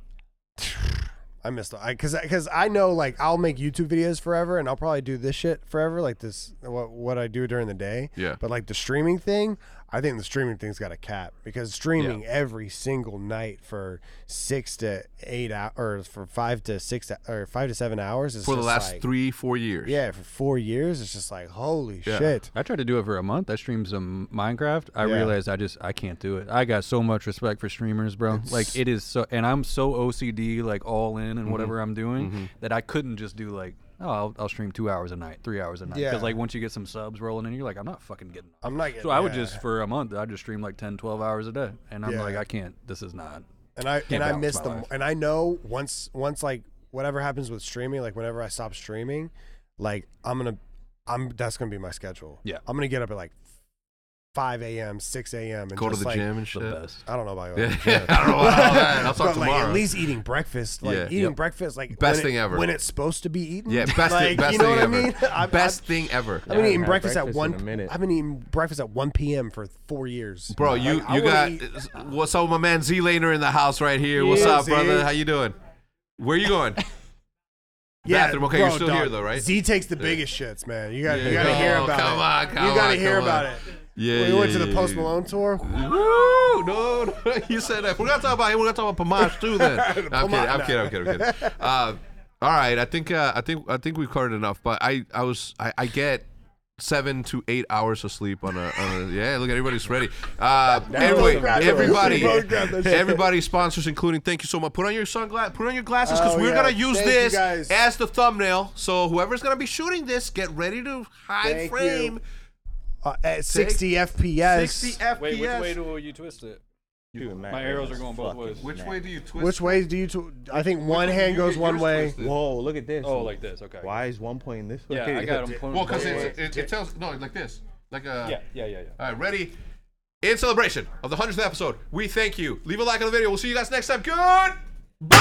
S4: I missed the because because I know like I'll make YouTube videos forever and I'll probably do this shit forever like this what what I do during the day.
S7: Yeah.
S4: But like the streaming thing, I think the streaming thing's got a cap because streaming every single night for six to eight hours or for five to six hou- or five to seven hours is
S3: for the
S4: just
S3: last
S4: like-
S3: three four years.
S4: Yeah, for four years, it's just like holy
S1: Yeah.
S4: shit.
S1: I tried to do it for a month. I streamed some Minecraft. I
S4: Yeah.
S1: realized I just I can't do it. I got so much respect for streamers, bro. like it is so, and I'm so OCD, like all in and
S7: Mhm.
S1: whatever I'm doing,
S7: Mhm.
S1: that I couldn't just do like. Oh, I'll, I'll stream two hours a night, three hours a night. Because,
S7: Yeah.
S1: like, once you get some subs rolling in, you're like, I'm not fucking getting up.
S4: I'm not
S1: So
S4: getting-
S1: I would
S4: yeah.
S1: just, for a month, I'd just stream like 10, 12 hours a day. And I'm
S4: Yeah.
S1: like, I can't, this is not.
S4: and I
S1: can't
S4: and I
S1: balance
S4: miss
S1: my
S4: them.
S1: life.
S4: And I know once once like whatever happens with streaming, like whenever I stop streaming, like I'm gonna, I'm that's gonna be my schedule.
S1: Yeah.
S4: I'm gonna get up at like. 5 a.m., 6 a.m. and
S3: Go to
S4: just,
S3: the
S4: like-
S3: gym and The shit. best.
S4: I don't know
S3: Yeah.
S4: about going to the gym.
S3: I don't know about all that. I'll talk
S4: But, like,
S3: tomorrow.
S4: at least eating breakfast, like
S3: Yeah.
S4: eating
S3: Yep.
S4: breakfast, like
S3: Best
S4: when it-
S3: thing ever.
S4: when it's supposed to be eaten.
S3: Yeah, best thing.
S4: Like,
S3: Best
S4: you know
S3: thing
S4: what
S3: ever.
S4: I mean? I've-
S3: best
S4: I've-
S3: thing ever.
S4: I've been eating breakfast,
S2: breakfast
S4: at one.
S2: in a minute.
S4: I've been eating breakfast at 1 p.m. for four years.
S3: Bro,
S4: Like,
S3: you
S4: I
S3: you
S4: wanna
S3: got
S4: eat-
S3: what's up, with my man Z Laner in the house right here. what's
S4: Yeah,
S3: up,
S4: Z.
S3: brother? How you doing? Where you going? Bathroom. Okay, you're
S4: bro,
S3: still
S4: dog,
S3: here though, right?
S4: Z takes the biggest shits, man. You got to you
S3: Yeah.
S4: got to hear
S3: Oh,
S4: about
S3: come
S4: it.
S3: on, come
S4: you got
S3: on,
S4: to hear
S3: come
S4: about
S3: on.
S4: it.
S3: Yeah,
S4: we
S3: yeah,
S4: went to
S3: yeah,
S4: the Post
S3: yeah.
S4: Malone tour.
S3: Woo! No, no, you said that. We're gonna talk about we're gonna talk about Pomage too. Then I'm kidding.
S4: Pomage,
S3: I'm
S4: nah.
S3: kidding. I'm kidding. I'm kidding. Uh, all right. I think uh, I think I think we've covered enough. But I I was I, I get seven to eight hours of sleep on a, on a yeah look everybody's ready uh
S5: That
S3: anyway
S5: was a-
S3: everybody
S5: that was a- that was a-
S3: everybody sponsors including thank you so much put on your sunglasses put on your glasses because
S5: Oh,
S3: we're
S5: yeah.
S3: gonna use
S5: Thank you
S3: this
S5: guys.
S3: as the thumbnail so whoever's gonna be shooting this get ready to high
S5: Thank you.
S3: frame
S4: Uh, at 60 FPS.
S3: 60 FPS
S1: Wait, which way do you twist it? My arrows are going both ways.
S3: Which way do you twist?
S4: Which way do you? Tw- I think
S1: way
S4: one
S1: do
S4: hand
S1: you
S4: goes
S1: get
S4: one
S1: yours
S4: way.
S1: twisted?
S8: Whoa, look at this.
S1: Oh, like this, okay.
S8: Why is one pointing this way?
S1: Yeah, I got 'em pointing
S3: Well, because
S1: both
S3: it,
S1: ways.
S3: it, it tells no, like this, like a
S1: Yeah, yeah, yeah, yeah.
S3: All right, ready. In celebration of the hundredth episode, we thank you. Leave a like on the video. We'll see you guys next time. Good. Yes.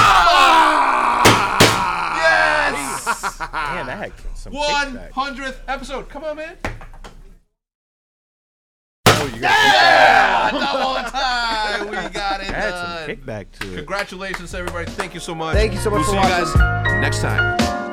S8: Damn, that had some
S3: One hundredth episode. Come on, man. Yeah, double time. We got it
S2: That's
S3: done.
S2: some kickback to it.
S3: Congratulations, everybody. Thank you so much.
S4: Thank you so much
S3: We'll
S4: for
S3: see you guys next time.